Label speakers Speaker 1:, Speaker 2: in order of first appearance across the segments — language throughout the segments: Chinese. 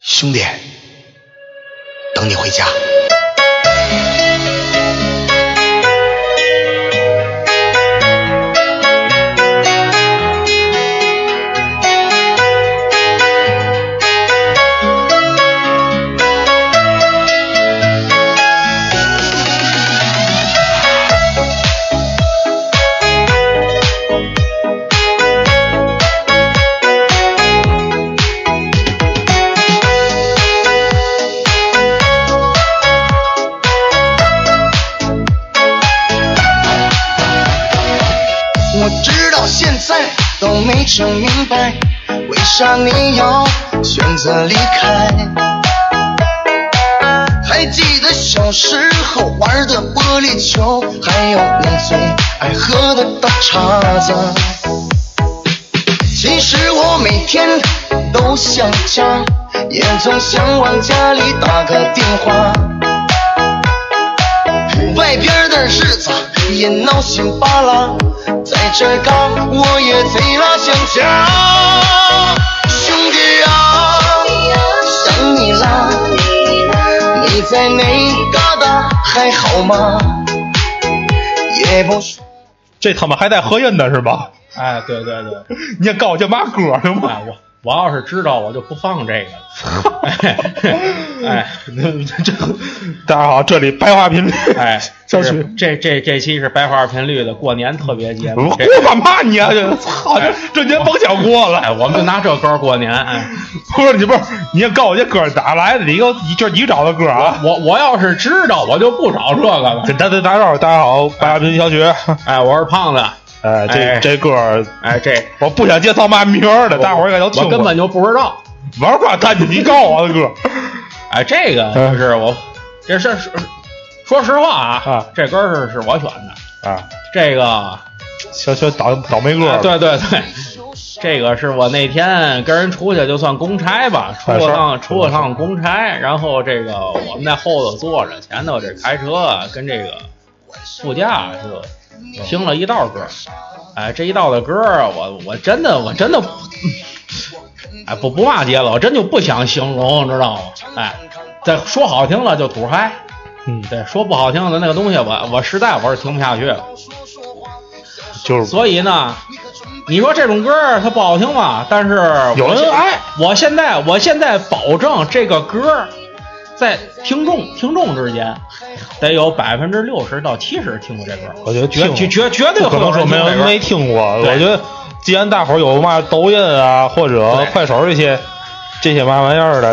Speaker 1: 兄弟，等你回家。
Speaker 2: 我直到现在都没整明白，为啥你要选择离开？还记得小时候玩的玻璃球，还有你最爱喝的大碴子。其实我每天都想家，也总想往家里打个电话。外边的日子也闹心巴拉，在这儿嘎我也贼拉想家。兄弟啊，想你啦，你在哪嘎达还好吗？也不说
Speaker 3: 这他妈还带合音的是吧？
Speaker 4: 哎，对对对，
Speaker 3: 你也告这嘛歌的吗？
Speaker 4: 哎，我我要是知道，我就不放这个了。 哎
Speaker 3: 这大家好，这里白话频率，
Speaker 4: 哎，
Speaker 3: 小曲
Speaker 4: 这是，这这这期是白话频率的过年特别节
Speaker 3: 我
Speaker 4: 目。这
Speaker 3: 干嘛你啊？这操，这这年甭想过
Speaker 4: 哎，
Speaker 3: 了。
Speaker 4: 我们就拿这歌过年。哎，
Speaker 3: 不是你不是，你也告我这歌哪来的？你给我这是你找的歌啊？
Speaker 4: 我我要是知道，我就不找这个了。
Speaker 3: 跟大家打招呼，大家好，白话频率小曲。
Speaker 4: 哎，我是胖子。
Speaker 3: 哎，这
Speaker 4: 哎
Speaker 3: 这歌儿
Speaker 4: 哎，这
Speaker 3: 我不想介绍嘛名儿的，大伙儿应该都听
Speaker 4: 我
Speaker 3: 过。
Speaker 4: 根本就不知道。
Speaker 3: 玩法干你，你告我的歌。
Speaker 4: 哎，这个
Speaker 3: 嗯
Speaker 4: 就是我，这是是说实话啊
Speaker 3: 啊，
Speaker 4: 这歌是是我选的。
Speaker 3: 啊，
Speaker 4: 这个
Speaker 3: 小小倒倒霉 歌、
Speaker 4: 哎对对对， 这个是我那天跟人出去，就算公差吧，出
Speaker 3: 办
Speaker 4: 了
Speaker 3: 事儿
Speaker 4: 趟出了趟公差，然后这个我们在后头坐着，前头这开车啊跟这个副驾就听了一道歌，哎，这一道的歌儿我我真的我真的，哎不不骂街了，我真就不想形容，知道吗？哎，再说好听了就土嗨，
Speaker 3: 嗯，
Speaker 4: 对，说不好听的那个东西我我实在我是听不下去了。
Speaker 3: 就是
Speaker 4: 所以呢，你说这种歌儿它不好听吧？但是
Speaker 3: 有
Speaker 4: 我
Speaker 3: 人
Speaker 4: 现哎
Speaker 3: 爱。
Speaker 4: 我现在我现在保证这个歌儿在听众听众之间得有百分之六十到七十听过这歌儿，
Speaker 3: 我觉得
Speaker 4: 绝
Speaker 3: 听
Speaker 4: 绝绝绝对
Speaker 3: 不可
Speaker 4: 会
Speaker 3: 能
Speaker 4: 有
Speaker 3: 说
Speaker 4: 人
Speaker 3: 没
Speaker 4: 听过
Speaker 3: 有没听过。
Speaker 4: 这歌儿对
Speaker 3: 我觉得，既然大伙儿有嘛抖音啊或者
Speaker 4: 对
Speaker 3: 快手这些这些嘛玩意儿的，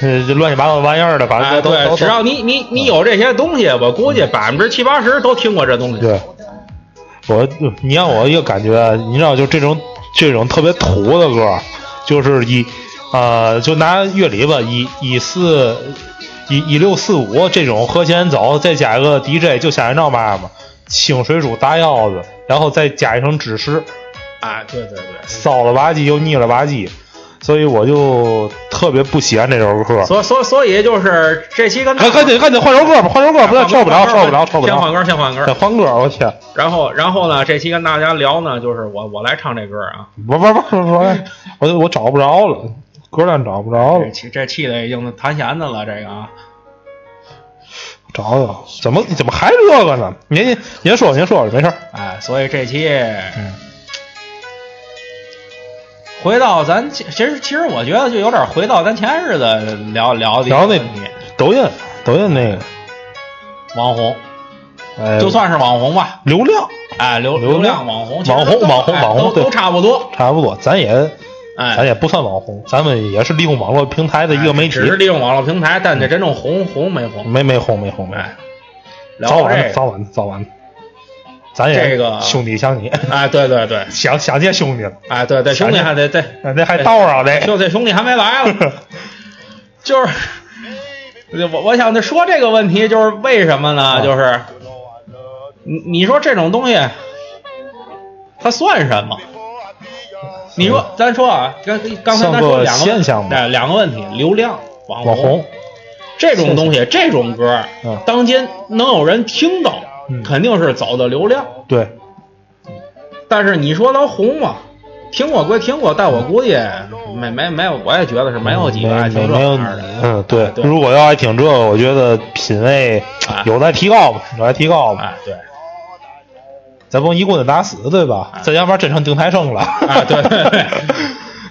Speaker 3: 呃这乱七八糟的玩意儿的，反
Speaker 4: 哎，
Speaker 3: 正都
Speaker 4: 对，
Speaker 3: 都
Speaker 4: 只要你你你有这些东西，我估计百分之七八十都听过这东西。
Speaker 3: 对。我呃你让我一个感觉，啊你知道，就这种这种特别土的歌，就是以呃，就拿乐理吧，以以四以以六四五这种和弦走，再加一个 DJ，就像你知道嘛嘛，清水煮大腰子，然后再加一层指示，
Speaker 4: 哎，对对对。
Speaker 3: 骚了吧唧又腻了吧唧，所以我就特别不喜欢这首歌。
Speaker 4: 所所所以就是这期跟大
Speaker 3: 赶赶紧赶紧换首歌吧，换首歌，不要跳不了，跳不了，跳不
Speaker 4: 先换
Speaker 3: 了。
Speaker 4: 歌，先换歌
Speaker 3: 得。换歌，我天，
Speaker 4: 然后然后呢，这期跟大家聊呢，就是我我来唱这歌啊。
Speaker 3: 不不不不不，我我找不着了，歌单找不着了
Speaker 4: 这，气这气的已经弹弦的了，这个啊，
Speaker 3: 找找，怎么怎么还这个呢？您您您说您说，没事儿。
Speaker 4: 哎，所以这期，回到咱其其实其实我觉得就有点回到咱前日子聊聊的
Speaker 3: 然后那
Speaker 4: 问题
Speaker 3: 抖音抖音那个，
Speaker 4: 网红，
Speaker 3: 哎，
Speaker 4: 就算是网红吧，
Speaker 3: 流量
Speaker 4: 哎，流
Speaker 3: 流量
Speaker 4: 量网红，其实
Speaker 3: 网红
Speaker 4: 都
Speaker 3: 网红
Speaker 4: 哎
Speaker 3: 网红
Speaker 4: 都
Speaker 3: 对
Speaker 4: 都差不多，
Speaker 3: 差不多，咱也咱
Speaker 4: 哎，
Speaker 3: 也不算网红，咱们也是利用网络平台的一个媒体
Speaker 4: 只，是利用网络平台，但这真正红红没红，
Speaker 3: 没没红没红没红
Speaker 4: 哎，，
Speaker 3: 早
Speaker 4: 聊
Speaker 3: 晚
Speaker 4: 这
Speaker 3: 早
Speaker 4: 个，
Speaker 3: 晚早晚，咱也
Speaker 4: 哎这个
Speaker 3: 兄弟想你，
Speaker 4: 哎，对对对，
Speaker 3: 想想见兄弟了，
Speaker 4: 哎对对，兄弟还得对，
Speaker 3: 那这还道啊上
Speaker 4: 就
Speaker 3: 这，
Speaker 4: 这兄弟还没来了。 就是，我我想说这个问题就是为什么
Speaker 3: 啊
Speaker 4: 呢？就是，你你说这种东西，它算什么？你说，咱说啊，刚刚才咱
Speaker 3: 嗯算
Speaker 4: 说
Speaker 3: 个
Speaker 4: 两个
Speaker 3: 现象吧
Speaker 4: 对，两个问题，流量、网
Speaker 3: 网红，
Speaker 4: 这种东西，这种歌
Speaker 3: 嗯，
Speaker 4: 当今能有人听到
Speaker 3: 嗯，
Speaker 4: 肯定是走的流量。
Speaker 3: 对，
Speaker 4: 但是你说它红吗？听过归听过，但我估计没没没有，我也觉得是没有几个爱听
Speaker 3: 没
Speaker 4: 这
Speaker 3: 没有
Speaker 4: 玩意
Speaker 3: 你
Speaker 4: 儿的。
Speaker 3: 嗯，对
Speaker 4: 对
Speaker 3: 如果要爱听这个，我觉得品味
Speaker 4: 哎
Speaker 3: 有待提高吧，有待提高吧。
Speaker 4: 哎，对，
Speaker 3: 咱不能一棍子打死，对吧？咱要不然真成顶台生了。
Speaker 4: 啊哎对对对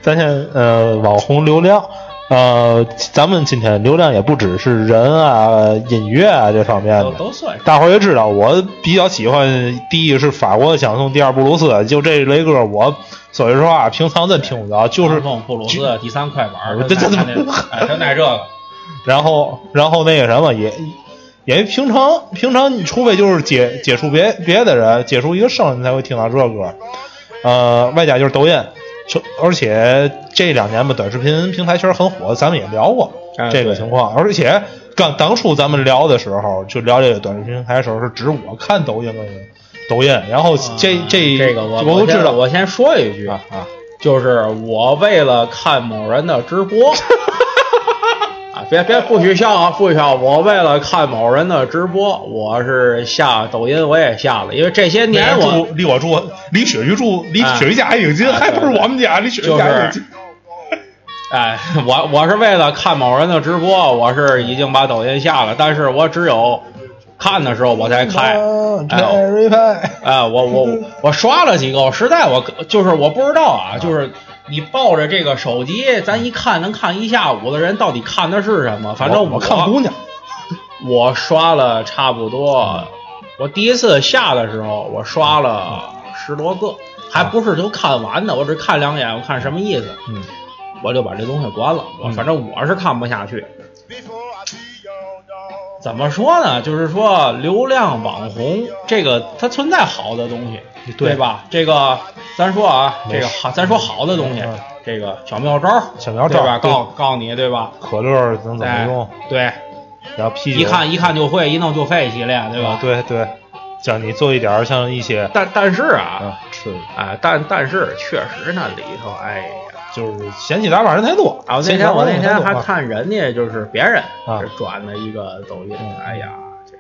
Speaker 3: 咱先呃，网红流量，呃，咱们今天流量也不只是人啊、音乐啊这方面
Speaker 4: 都
Speaker 3: 的。
Speaker 4: 都算是。
Speaker 3: 大伙儿也知道，我比较喜欢第一是法国的相送，第二布鲁斯。就这类歌，我说实话，平常真听不着，就是
Speaker 4: 唐宋布鲁斯第三快板，
Speaker 3: 这这
Speaker 4: 他那
Speaker 3: 这
Speaker 4: 哎，他那这个，
Speaker 3: 然后然后那个什么也也平常平常，你除非就是接接触别别的人，接触一个声，你才会听到这歌。呃，外加就是抖音，就而且这两年吧，短视频平台确实很火，咱们也聊过
Speaker 4: 哎
Speaker 3: 这个
Speaker 4: 对
Speaker 3: 情况。而且刚当初咱们聊的时候，就聊这个短视频平台的时候，是指我看抖音跟抖音，然后这、
Speaker 4: 啊
Speaker 3: 这
Speaker 4: 这个我
Speaker 3: 都
Speaker 4: 先
Speaker 3: 知道
Speaker 4: 我先说一句
Speaker 3: 啊啊，
Speaker 4: 就是我为了看某人的 直播，啊，别别不许笑啊，不许笑！我为了看某人的直播，我是下抖音我也下了，因为这些年
Speaker 3: 那人
Speaker 4: 我
Speaker 3: 住离我住离雪鱼住离
Speaker 4: 哎
Speaker 3: 雪鱼家还挺近，
Speaker 4: 哎
Speaker 3: 还不是我们家离雪鱼家还挺近。
Speaker 4: 哎，我我是为了看某人的直播，我是已经把抖音下了，但是我只有看的时候我才开。哎我 啊，我我我刷了几个，我实在我就是我不知道啊，就是你抱着这个手机，咱一看能看一下午的人到底看的是什么？反正
Speaker 3: 我我看姑娘，
Speaker 4: 我刷了差不多，我第一次下的时候我刷了十多个，还不是都看完的，我只看两眼，我看什么意思，
Speaker 3: 嗯，
Speaker 4: 我就把这东西关了。我
Speaker 3: 嗯
Speaker 4: 反正我是看不下去。怎么说呢？就是说，流量网红这个它存在好的东西，
Speaker 3: 对
Speaker 4: 对吧？这个咱说啊，
Speaker 3: 没
Speaker 4: 这
Speaker 3: 事
Speaker 4: 个好，咱说好的东西
Speaker 3: 嗯，
Speaker 4: 这个小妙招，
Speaker 3: 小妙招
Speaker 4: 对吧？
Speaker 3: 对
Speaker 4: 告告诉你，对吧？
Speaker 3: 可乐能怎么
Speaker 4: 哎
Speaker 3: 用？
Speaker 4: 对，
Speaker 3: 然后啤酒，
Speaker 4: 一看一看就会，一弄就会系列，对吧？
Speaker 3: 啊。对对，教你做一点儿像一些
Speaker 4: 但但是啊，
Speaker 3: 啊吃的，
Speaker 4: 啊，但但是确实那里头，哎呀。
Speaker 3: 就是嫌弃打板人太多。
Speaker 4: 啊，我那
Speaker 3: 嫌弃打
Speaker 4: 天
Speaker 3: 板
Speaker 4: 我那
Speaker 3: 人
Speaker 4: 天
Speaker 3: 太
Speaker 4: 还
Speaker 3: 多啊
Speaker 4: 看人家就是别人
Speaker 3: 啊
Speaker 4: 转的一个抖音
Speaker 3: 嗯，
Speaker 4: 哎呀，这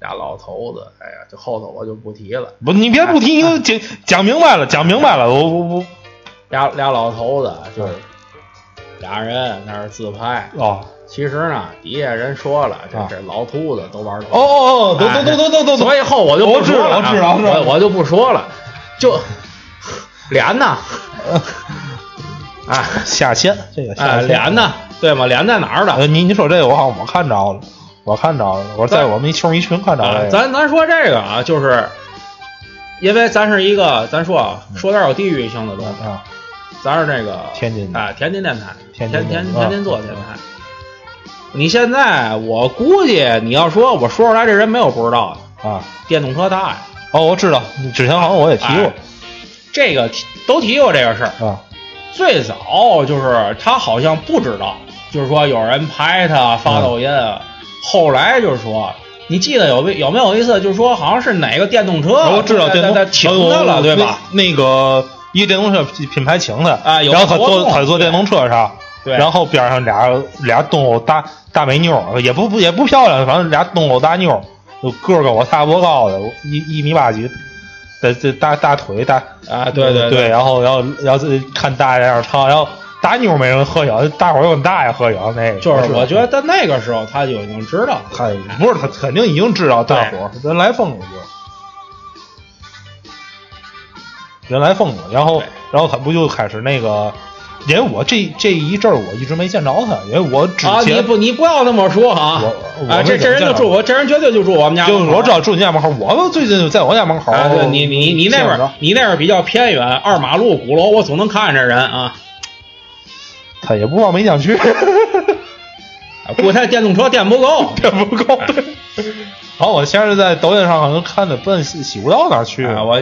Speaker 4: 俩老头子，哎呀，这后头我就不提了。
Speaker 3: 不，你别不提，你 都讲讲明白了，讲明白了，我我
Speaker 4: 俩俩老头子就是
Speaker 3: 嗯
Speaker 4: 俩人那儿自拍，
Speaker 3: 我哦
Speaker 4: 其实呢底下人说了，这
Speaker 3: 啊
Speaker 4: 这老秃子都玩抖音
Speaker 3: 哦哦哦，都都都都都哦都
Speaker 4: 哎所以后我就
Speaker 3: 我
Speaker 4: 不
Speaker 3: 知
Speaker 4: 说
Speaker 3: 道
Speaker 4: 了
Speaker 3: 我
Speaker 4: 啊，
Speaker 3: 知道我知道
Speaker 4: 我我就不说了，就脸呢， 啊
Speaker 3: 下线这个
Speaker 4: 啊
Speaker 3: 下线
Speaker 4: 脸呢，对吗？脸在哪儿呢？
Speaker 3: 呃，你你说这个，我好像我看着了，我看着了，我在
Speaker 4: 咱
Speaker 3: 我们一球迷群看着
Speaker 4: 啊
Speaker 3: 了，。
Speaker 4: 咱咱说这个啊，就是因为咱是一个，咱说啊，
Speaker 3: 嗯
Speaker 4: 说点有地域性的东西，
Speaker 3: 啊，
Speaker 4: 咱是这个
Speaker 3: 天津的
Speaker 4: 啊，天津电台，
Speaker 3: 天津
Speaker 4: 天
Speaker 3: 电
Speaker 4: 天
Speaker 3: 台啊
Speaker 4: 天津做电台。你现在我估计你要说我说出来，这人没有不知道的。
Speaker 3: 啊，
Speaker 4: 电动车大呀，
Speaker 3: 哦，我知道，你之前好像我也提
Speaker 4: 哎这个提都提过这个事儿。
Speaker 3: 过啊，
Speaker 4: 最早就是他好像不知道，就是说有人拍他发
Speaker 3: 嗯
Speaker 4: 抖音，啊后来就是说。你记得有没有没有一次，就是说好像是哪个电动车，
Speaker 3: 我知道
Speaker 4: 在
Speaker 3: 电
Speaker 4: 在在
Speaker 3: 动
Speaker 4: 请
Speaker 3: 呃
Speaker 4: 他
Speaker 3: 我
Speaker 4: 了，对吧？
Speaker 3: 那那个一电动车品牌请他
Speaker 4: 啊有
Speaker 3: 然后他
Speaker 4: 活
Speaker 3: 坐
Speaker 4: 动
Speaker 3: 他坐电动车上，
Speaker 4: 对
Speaker 3: 然后边上俩俩东欧大大美妞儿，也不不也不漂亮，反正俩东欧大妞儿，就个儿跟我差不多高的，我一一米八几，这这大大腿大
Speaker 4: 啊，对
Speaker 3: 哦对
Speaker 4: 对对，
Speaker 3: 然后然后然后看大爷那样唱，然后大妞儿没人合影，大伙儿又跟大爷合影，那个
Speaker 4: 就是
Speaker 3: 是
Speaker 4: 我觉得在那个时候他就已经知道了，
Speaker 3: 他不是他肯定已经知道大伙儿人来疯了就，人来疯了，然后
Speaker 4: 对
Speaker 3: 然后他不就开始那个，因为我这这一阵儿我一直没见着他，因为我之
Speaker 4: 啊，你
Speaker 3: 前、
Speaker 4: 不你不要那么说啊
Speaker 3: 我我，
Speaker 4: 啊，
Speaker 3: 没怎
Speaker 4: 这这
Speaker 3: 么
Speaker 4: 人就
Speaker 3: 见
Speaker 4: 住我，这人绝对就住我们家
Speaker 3: 就
Speaker 4: 门
Speaker 3: 是
Speaker 4: 口，
Speaker 3: 我知道住你家门口，我们最近就在我家门口，
Speaker 4: 啊，对你你你那
Speaker 3: 见
Speaker 4: 边
Speaker 3: 不着
Speaker 4: 儿你那边儿比较偏远，二马路鼓楼，我总能看见这人啊，
Speaker 3: 他也不往梅江去，
Speaker 4: 啊估计他电动车电不 够，
Speaker 3: 也不够。
Speaker 4: 哎
Speaker 3: 然后我先是在抖音上可能看的奔喜喜无道那儿去，
Speaker 4: 啊，我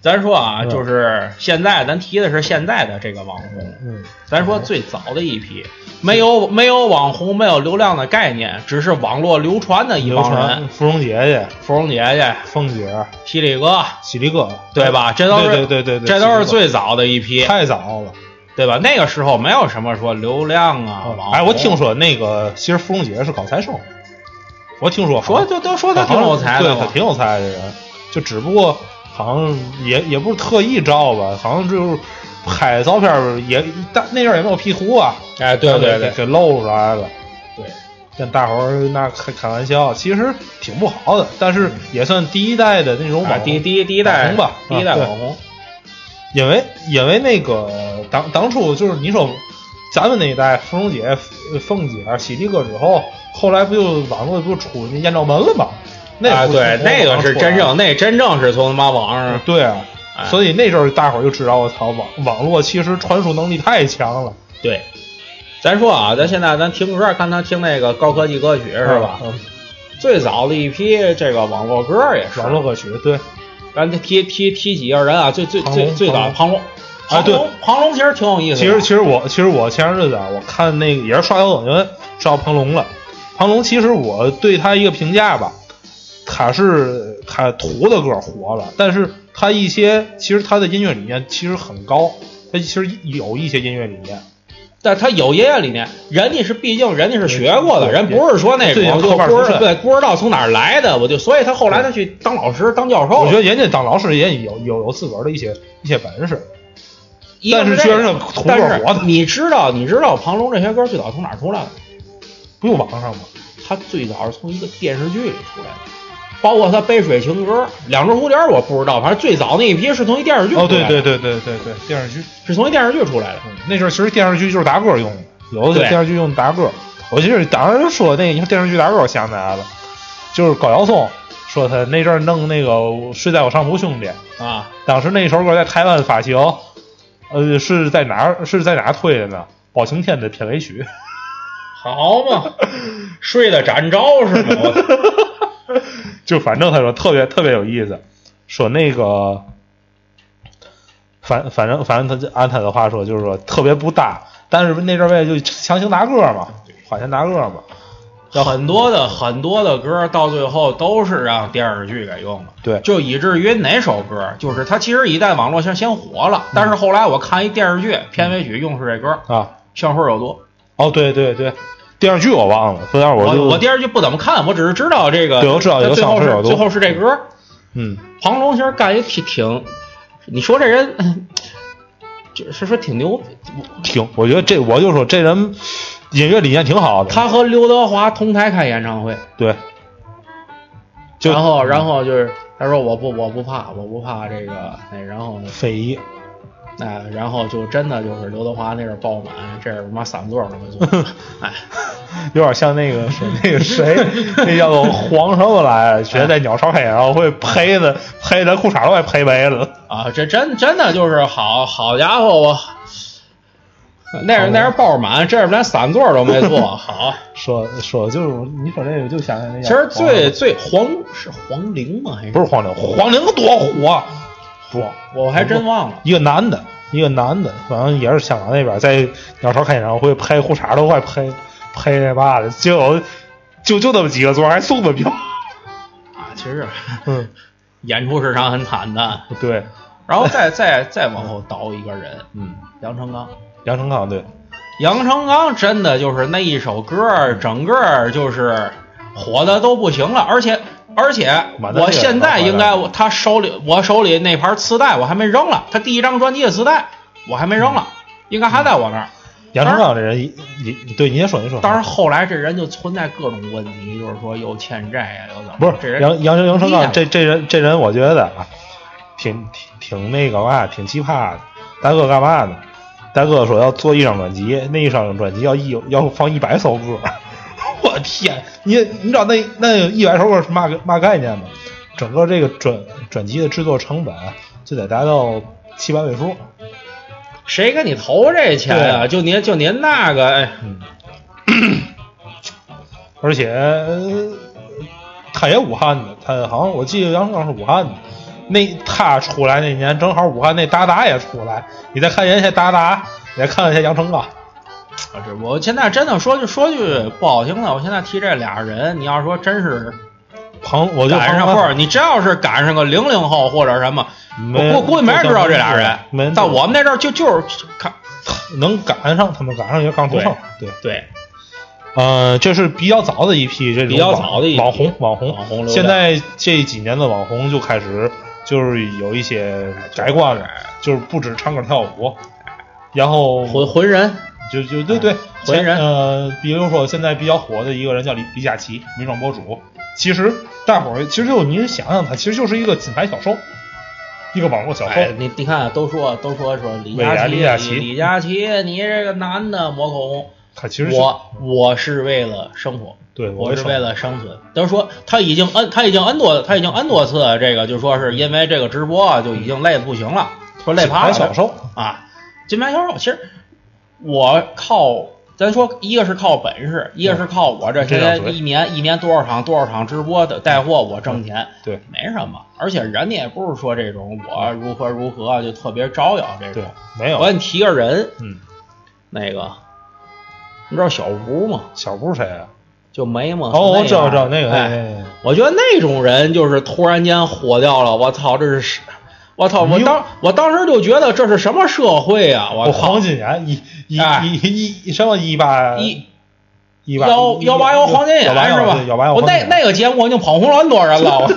Speaker 4: 咱说啊，
Speaker 3: 嗯
Speaker 4: 就是现在咱提的是现在的这个网红，
Speaker 3: 嗯
Speaker 4: 咱说最早的一批，没有没有网红，没有流量的概念，只是网络流传的一
Speaker 3: 流
Speaker 4: 帮
Speaker 3: 传嗯
Speaker 4: 人，
Speaker 3: 芙蓉姐姐、
Speaker 4: 芙蓉姐姐、
Speaker 3: 凤姐、
Speaker 4: 犀利哥，
Speaker 3: 喜力哥，
Speaker 4: 对吧？这都是
Speaker 3: 对对对对对，
Speaker 4: 这都
Speaker 3: 喜
Speaker 4: 是
Speaker 3: 力
Speaker 4: 最早的一批
Speaker 3: 哥，太早了。
Speaker 4: 对吧？那个时候没有什么说流量啊，网红
Speaker 3: 哎，我听说那个其实芙蓉姐是高材生，我听说
Speaker 4: 说就都说他挺有才
Speaker 3: 对
Speaker 4: 的
Speaker 3: 他
Speaker 4: 嘛，
Speaker 3: 挺有才的人，就只不过好像也也不是特意招吧，好像就是拍的照片儿也，但那阵儿也没有 P 图啊，
Speaker 4: 哎，对对对
Speaker 3: 给露出来了。
Speaker 4: 对，
Speaker 3: 跟大伙儿那开开玩笑，其实挺不好的，但是也算第一代的那种网
Speaker 4: 嗯啊，
Speaker 3: 红
Speaker 4: 第第第一代
Speaker 3: 网红吧
Speaker 4: 第一
Speaker 3: 啊
Speaker 4: 代
Speaker 3: 对
Speaker 4: 网红，
Speaker 3: 因为因为那个当当初就是你说咱们那一代芙蓉姐、呃凤姐、喜力哥之后，后来不就网络不就出那艳照门了吗？那
Speaker 4: 啊，
Speaker 3: 不是
Speaker 4: 对，
Speaker 3: 从
Speaker 4: 那
Speaker 3: 网上
Speaker 4: 个是
Speaker 3: 出来
Speaker 4: 真
Speaker 3: 的
Speaker 4: 正，那真正是从他妈网上
Speaker 3: 对啊。
Speaker 4: 哎
Speaker 3: 所以那阵儿大伙儿就知道，我操，网网络其实传输能力太强了，
Speaker 4: 对。咱说啊，咱现在咱听歌，刚才听那个高科技歌曲是吧？
Speaker 3: 嗯
Speaker 4: 最早的一批这个网络歌也是
Speaker 3: 网络歌曲，对，
Speaker 4: 咱提提提几个人啊，最最
Speaker 3: 庞
Speaker 4: 最
Speaker 3: 龙
Speaker 4: 最早庞龙，
Speaker 3: 啊
Speaker 4: 庞
Speaker 3: 对
Speaker 4: 龙，庞龙其实挺有意思
Speaker 3: 其
Speaker 4: 的。
Speaker 3: 实，其实我，其实我前日子啊，我看那个也是刷小抖音，刷到庞龙了。庞龙，其实我对他一个评价吧，他是他图的歌火了，但是他一些其实他的音乐理念其实很高，他其实有一些音乐理念。
Speaker 4: 但他有音乐理念，人家是毕竟人家是学过的，
Speaker 3: 对
Speaker 4: 人不是说那
Speaker 3: 对
Speaker 4: 种就
Speaker 3: 后边儿
Speaker 4: 不
Speaker 3: 不
Speaker 4: 知
Speaker 3: 是
Speaker 4: 对不知道从哪儿来的，我就所以他后来他去当老师当教授了，
Speaker 3: 我觉得人家当老师也有有有自个儿的一些一些本事，
Speaker 4: 一个
Speaker 3: 但是
Speaker 4: 这
Speaker 3: 确实
Speaker 4: 个
Speaker 3: 是图
Speaker 4: 但
Speaker 3: 个
Speaker 4: 是
Speaker 3: 火的
Speaker 4: 你知道你知道庞龙这些歌最早从哪儿出来的？
Speaker 3: 不用网上嘛。
Speaker 4: 他最早是从一个电视剧里出来的，包括他《杯水情歌》《两只蝴蝶》，我不知道，反正最早那一批是从一电视剧出来
Speaker 3: 哦，
Speaker 4: 的
Speaker 3: 对对，对对对对，电视剧，
Speaker 4: 是从一电视剧出来的。
Speaker 3: 嗯那阵儿其实电视剧就是打歌用的，有的
Speaker 4: 对
Speaker 3: 电视剧用打歌。我就是当时说那你说电视剧打歌，我想起来了，就是高晓松说他那阵儿弄那个《睡在我上铺兄弟》，
Speaker 4: 啊，
Speaker 3: 当时那首歌在台湾发行，呃，是在哪儿是在哪儿推的呢？包青天的片尾曲，
Speaker 4: 好 嘛，睡得展昭是吗？我操
Speaker 3: 就反正他说特别特别有意思，说那个反反正反正他就按他的话说，就是说特别不搭，但是那阵儿为了就强行拿歌嘛，花钱拿歌嘛，
Speaker 4: 很多的很多的歌到最后都是让电视剧给用了，
Speaker 3: 对
Speaker 4: 就以至于哪首歌，就是它其实一在网络上先火
Speaker 3: 嗯
Speaker 4: 了，但是后来我看一电视剧片尾曲用是这歌《
Speaker 3: 啊，
Speaker 4: 香水有毒》，
Speaker 3: 哦，对对对，电视剧我忘了，所以我就
Speaker 4: 我我电视剧不怎么看，我只是知道这个，
Speaker 3: 对我知道有
Speaker 4: 最后
Speaker 3: 香水
Speaker 4: 是
Speaker 3: 有毒
Speaker 4: 最后是这歌。
Speaker 3: 嗯，
Speaker 4: 庞龙其实干也挺挺，你说这人，就是说挺牛，
Speaker 3: 挺，我觉得这我就说这人音乐理念挺好的，
Speaker 4: 他和刘德华同台开演唱会，
Speaker 3: 对，就
Speaker 4: 然后然后就是他说我不我不怕我不怕这个那然后呢
Speaker 3: 非遗，
Speaker 4: 哎然后就真的就是刘德华那是爆满，这是他妈散座儿都没坐， 哎
Speaker 3: 有点像那个谁那个谁，那叫做黄什么来着，学在鸟巢开演唱会赔的赔的裤衩都快赔没了，
Speaker 4: 啊这真真的就是好好家伙我。那是那是爆满，这是连散座儿都没坐。 好，
Speaker 3: 说说就是你说这个就想起那
Speaker 4: 其实最最黄是黄龄吗？还是
Speaker 3: 不是黄龄，黄龄多火，不，
Speaker 4: 我还真忘了。
Speaker 3: 一个男的，一个男的，反正也是香港那边，在鸟巢开演唱会拍裤衩都快拍拍那嘛的，结果就就这么几个座还送的票。
Speaker 4: 啊，其实
Speaker 3: 嗯，
Speaker 4: 演出市场很惨淡。
Speaker 3: 对，
Speaker 4: 然后再再再往后倒一个人，
Speaker 3: 嗯，
Speaker 4: 杨成刚。
Speaker 3: 杨成康对，
Speaker 4: 杨成刚真的就是那一首歌儿，整个儿就是火的都不行了，而且而且
Speaker 3: 满大街
Speaker 4: 我现在应该
Speaker 3: 都
Speaker 4: 我他手里我手里那盘磁带我还没扔了，他第一张专辑的磁带我还没
Speaker 3: 嗯
Speaker 4: 扔了，应该还在我那儿。
Speaker 3: 杨成刚这人，你你对你也说你说，
Speaker 4: 当然后来这人就存在各种问题，就是说又欠债呀、又怎么
Speaker 3: 不
Speaker 4: 这
Speaker 3: 是
Speaker 4: 人啊
Speaker 3: 杨杨成杨成
Speaker 4: 厉害
Speaker 3: 刚这这人这人，我觉得啊，挺挺挺那个嘛，挺奇葩的。大哥干嘛呢？大哥说要做一张专辑，那一张专辑要一要放一百首歌， 我天！你你知道那那一百首歌是嘛个嘛概念吗？整个这个专专辑的制作成本啊就得达到七八位数。
Speaker 4: 谁给你投这钱啊？
Speaker 3: 对
Speaker 4: 就您就您那个，哎，
Speaker 3: 嗯，而且呃他也武汉的，他好像我记得杨成刚是武汉的。那他出来那年，正好武汉那达达也出来。你再看人家达达，你再看看人家杨成刚，
Speaker 4: 我这我现在真的说句说句不好听的，我现在提这俩人，你要说真是
Speaker 3: 庞，我就
Speaker 4: 赶上，
Speaker 3: 庞
Speaker 4: 或
Speaker 3: 宽
Speaker 4: 者你真要是赶上个零零后或者什么，
Speaker 3: 没
Speaker 4: 我估估计没人知道这俩人。
Speaker 3: 没人知道
Speaker 4: 但我们那阵儿就就是看
Speaker 3: 能赶上，他们赶上也刚出生。对，
Speaker 4: 对
Speaker 3: 呃，这是比较早的一批这种
Speaker 4: 比较
Speaker 3: 网
Speaker 4: 早的一批
Speaker 3: 网红，网红，
Speaker 4: 网红流量
Speaker 3: 现在这几年的网红就开始就是有一些改观了，就是不止唱歌跳舞，然后
Speaker 4: 魂魂人，
Speaker 3: 就就
Speaker 4: 啊
Speaker 3: 对对，
Speaker 4: 回
Speaker 3: 前
Speaker 4: 人
Speaker 3: 呃，比如说现在比较火的一个人叫李李佳琦，美妆博主。其实大伙儿其实就你想想他，其实就是一个品牌销售，一个网络销售。
Speaker 4: 哎，你你看，都说都说说李
Speaker 3: 伟
Speaker 4: 佳
Speaker 3: 达
Speaker 4: 琦，
Speaker 3: 李佳琦
Speaker 4: 李佳琦，你这个男的抹口红。
Speaker 3: 他其实是
Speaker 4: 我我是为了生活，
Speaker 3: 对为
Speaker 4: 我是
Speaker 3: 生活
Speaker 4: 为了生存。都说他已经 n 他已经 n 多他已经 n 多次这个，就说是因为这个直播啊就已经累得不行了，说累
Speaker 3: 品
Speaker 4: 趴
Speaker 3: 牌
Speaker 4: 了。
Speaker 3: 销售，
Speaker 4: 啊，金牌销售其实我靠，咱说一个是靠本事，一个是靠我这
Speaker 3: 嗯这
Speaker 4: 些
Speaker 3: 样对
Speaker 4: 一年一年多少场多少场直播的带货我挣钱，
Speaker 3: 对，
Speaker 4: 没什么。而且人家也不是说这种我如何如何啊就特别招摇这
Speaker 3: 对
Speaker 4: 种。，
Speaker 3: 没
Speaker 4: 我给
Speaker 3: 有，
Speaker 4: 你提个人，
Speaker 3: 嗯，
Speaker 4: 那个你知道小吴吗？
Speaker 3: 小布谁啊？
Speaker 4: 就眉毛
Speaker 3: 哦，
Speaker 4: 那
Speaker 3: 我知道，
Speaker 4: 样
Speaker 3: 知道那个，
Speaker 4: 哎
Speaker 3: 哎
Speaker 4: 我觉得那种人就是突然间火掉了，我操，这是什，我操，我
Speaker 3: 你
Speaker 4: 当我当时就觉得这是什么社会啊！
Speaker 3: 我
Speaker 4: 我靠
Speaker 3: 黄金年一一
Speaker 4: 哎
Speaker 3: 一一一什么一八
Speaker 4: 一
Speaker 3: 一八
Speaker 4: 幺幺八幺黄金眼
Speaker 3: 幺
Speaker 4: 是
Speaker 3: 八幺
Speaker 4: 吧
Speaker 3: 对？幺八幺
Speaker 4: 我
Speaker 3: 黄金
Speaker 4: 那
Speaker 3: 眼
Speaker 4: 那个节目我已经捧红了很多人 了，我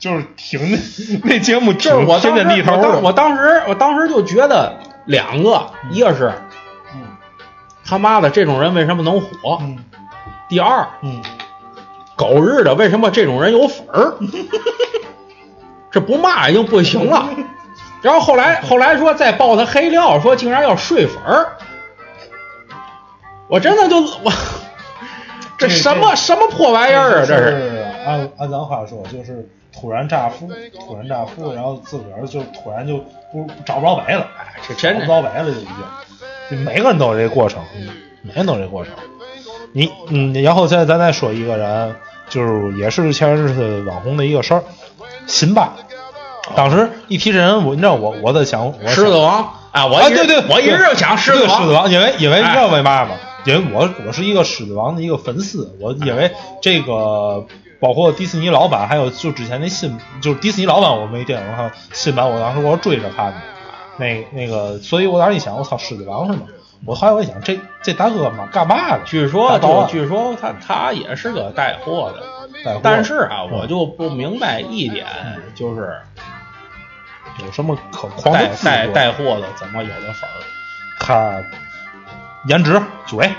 Speaker 3: 就是停的那节目
Speaker 4: 就是
Speaker 3: 挺
Speaker 4: 我
Speaker 3: 听
Speaker 4: 当
Speaker 3: 着
Speaker 4: 时
Speaker 3: 腻头
Speaker 4: 我
Speaker 3: 了
Speaker 4: 当我当时我当时就觉得两个，
Speaker 3: 嗯
Speaker 4: 一个是，他妈的这种人为什么能火？
Speaker 3: 嗯
Speaker 4: 第二，
Speaker 3: 嗯，
Speaker 4: 狗日的，为什么这种人有粉 儿？这不骂已经不行了。然后后来后来说再爆他黑料，说竟然要睡粉儿，我真的就 我这
Speaker 3: 这
Speaker 4: 什么
Speaker 3: 这
Speaker 4: 什么破玩意儿啊，这是。
Speaker 3: 是按按咱话说，就是突然乍富，突然乍富，然后自个儿就突然就不找不着北了，哎这
Speaker 4: 真
Speaker 3: 找
Speaker 4: 的
Speaker 3: 不着北了就已经。就每个人都有这个过程，每个人都有这个过程。你嗯，然后现在咱再说一个人，就是也是前日子网红的一个事儿，辛巴。当时一提这人，我你知道我我在想，我
Speaker 4: 狮
Speaker 3: 想
Speaker 4: 子王啊，我
Speaker 3: 啊，
Speaker 4: 一直
Speaker 3: 对对，
Speaker 4: 我一直就想狮
Speaker 3: 对
Speaker 4: 子
Speaker 3: 狮子
Speaker 4: 王，
Speaker 3: 王，因为因为你
Speaker 4: 哎
Speaker 3: 知道为嘛吗？因为我我是一个狮子王的一个粉丝，我因
Speaker 4: 哎
Speaker 3: 为这个包括迪士尼老板，还有就之前那新就是迪士尼老板，我没电影，还有新版，我当时我追着看的，
Speaker 4: 啊
Speaker 3: 那那个，所以我当时一想，我操，狮子王是吗？我后来我一想，这这大哥嘛干嘛的？
Speaker 4: 据说
Speaker 3: 大盗
Speaker 4: 就
Speaker 3: 啊
Speaker 4: 据说他他也是个带货的，
Speaker 3: 带货
Speaker 4: 但是啊，
Speaker 3: 嗯
Speaker 4: 我就不明白一点，就是
Speaker 3: 有什么可狂的啊
Speaker 4: 带
Speaker 3: 自
Speaker 4: 带
Speaker 3: 我
Speaker 4: 带货的怎么有的粉儿？
Speaker 3: 他颜值、嘴，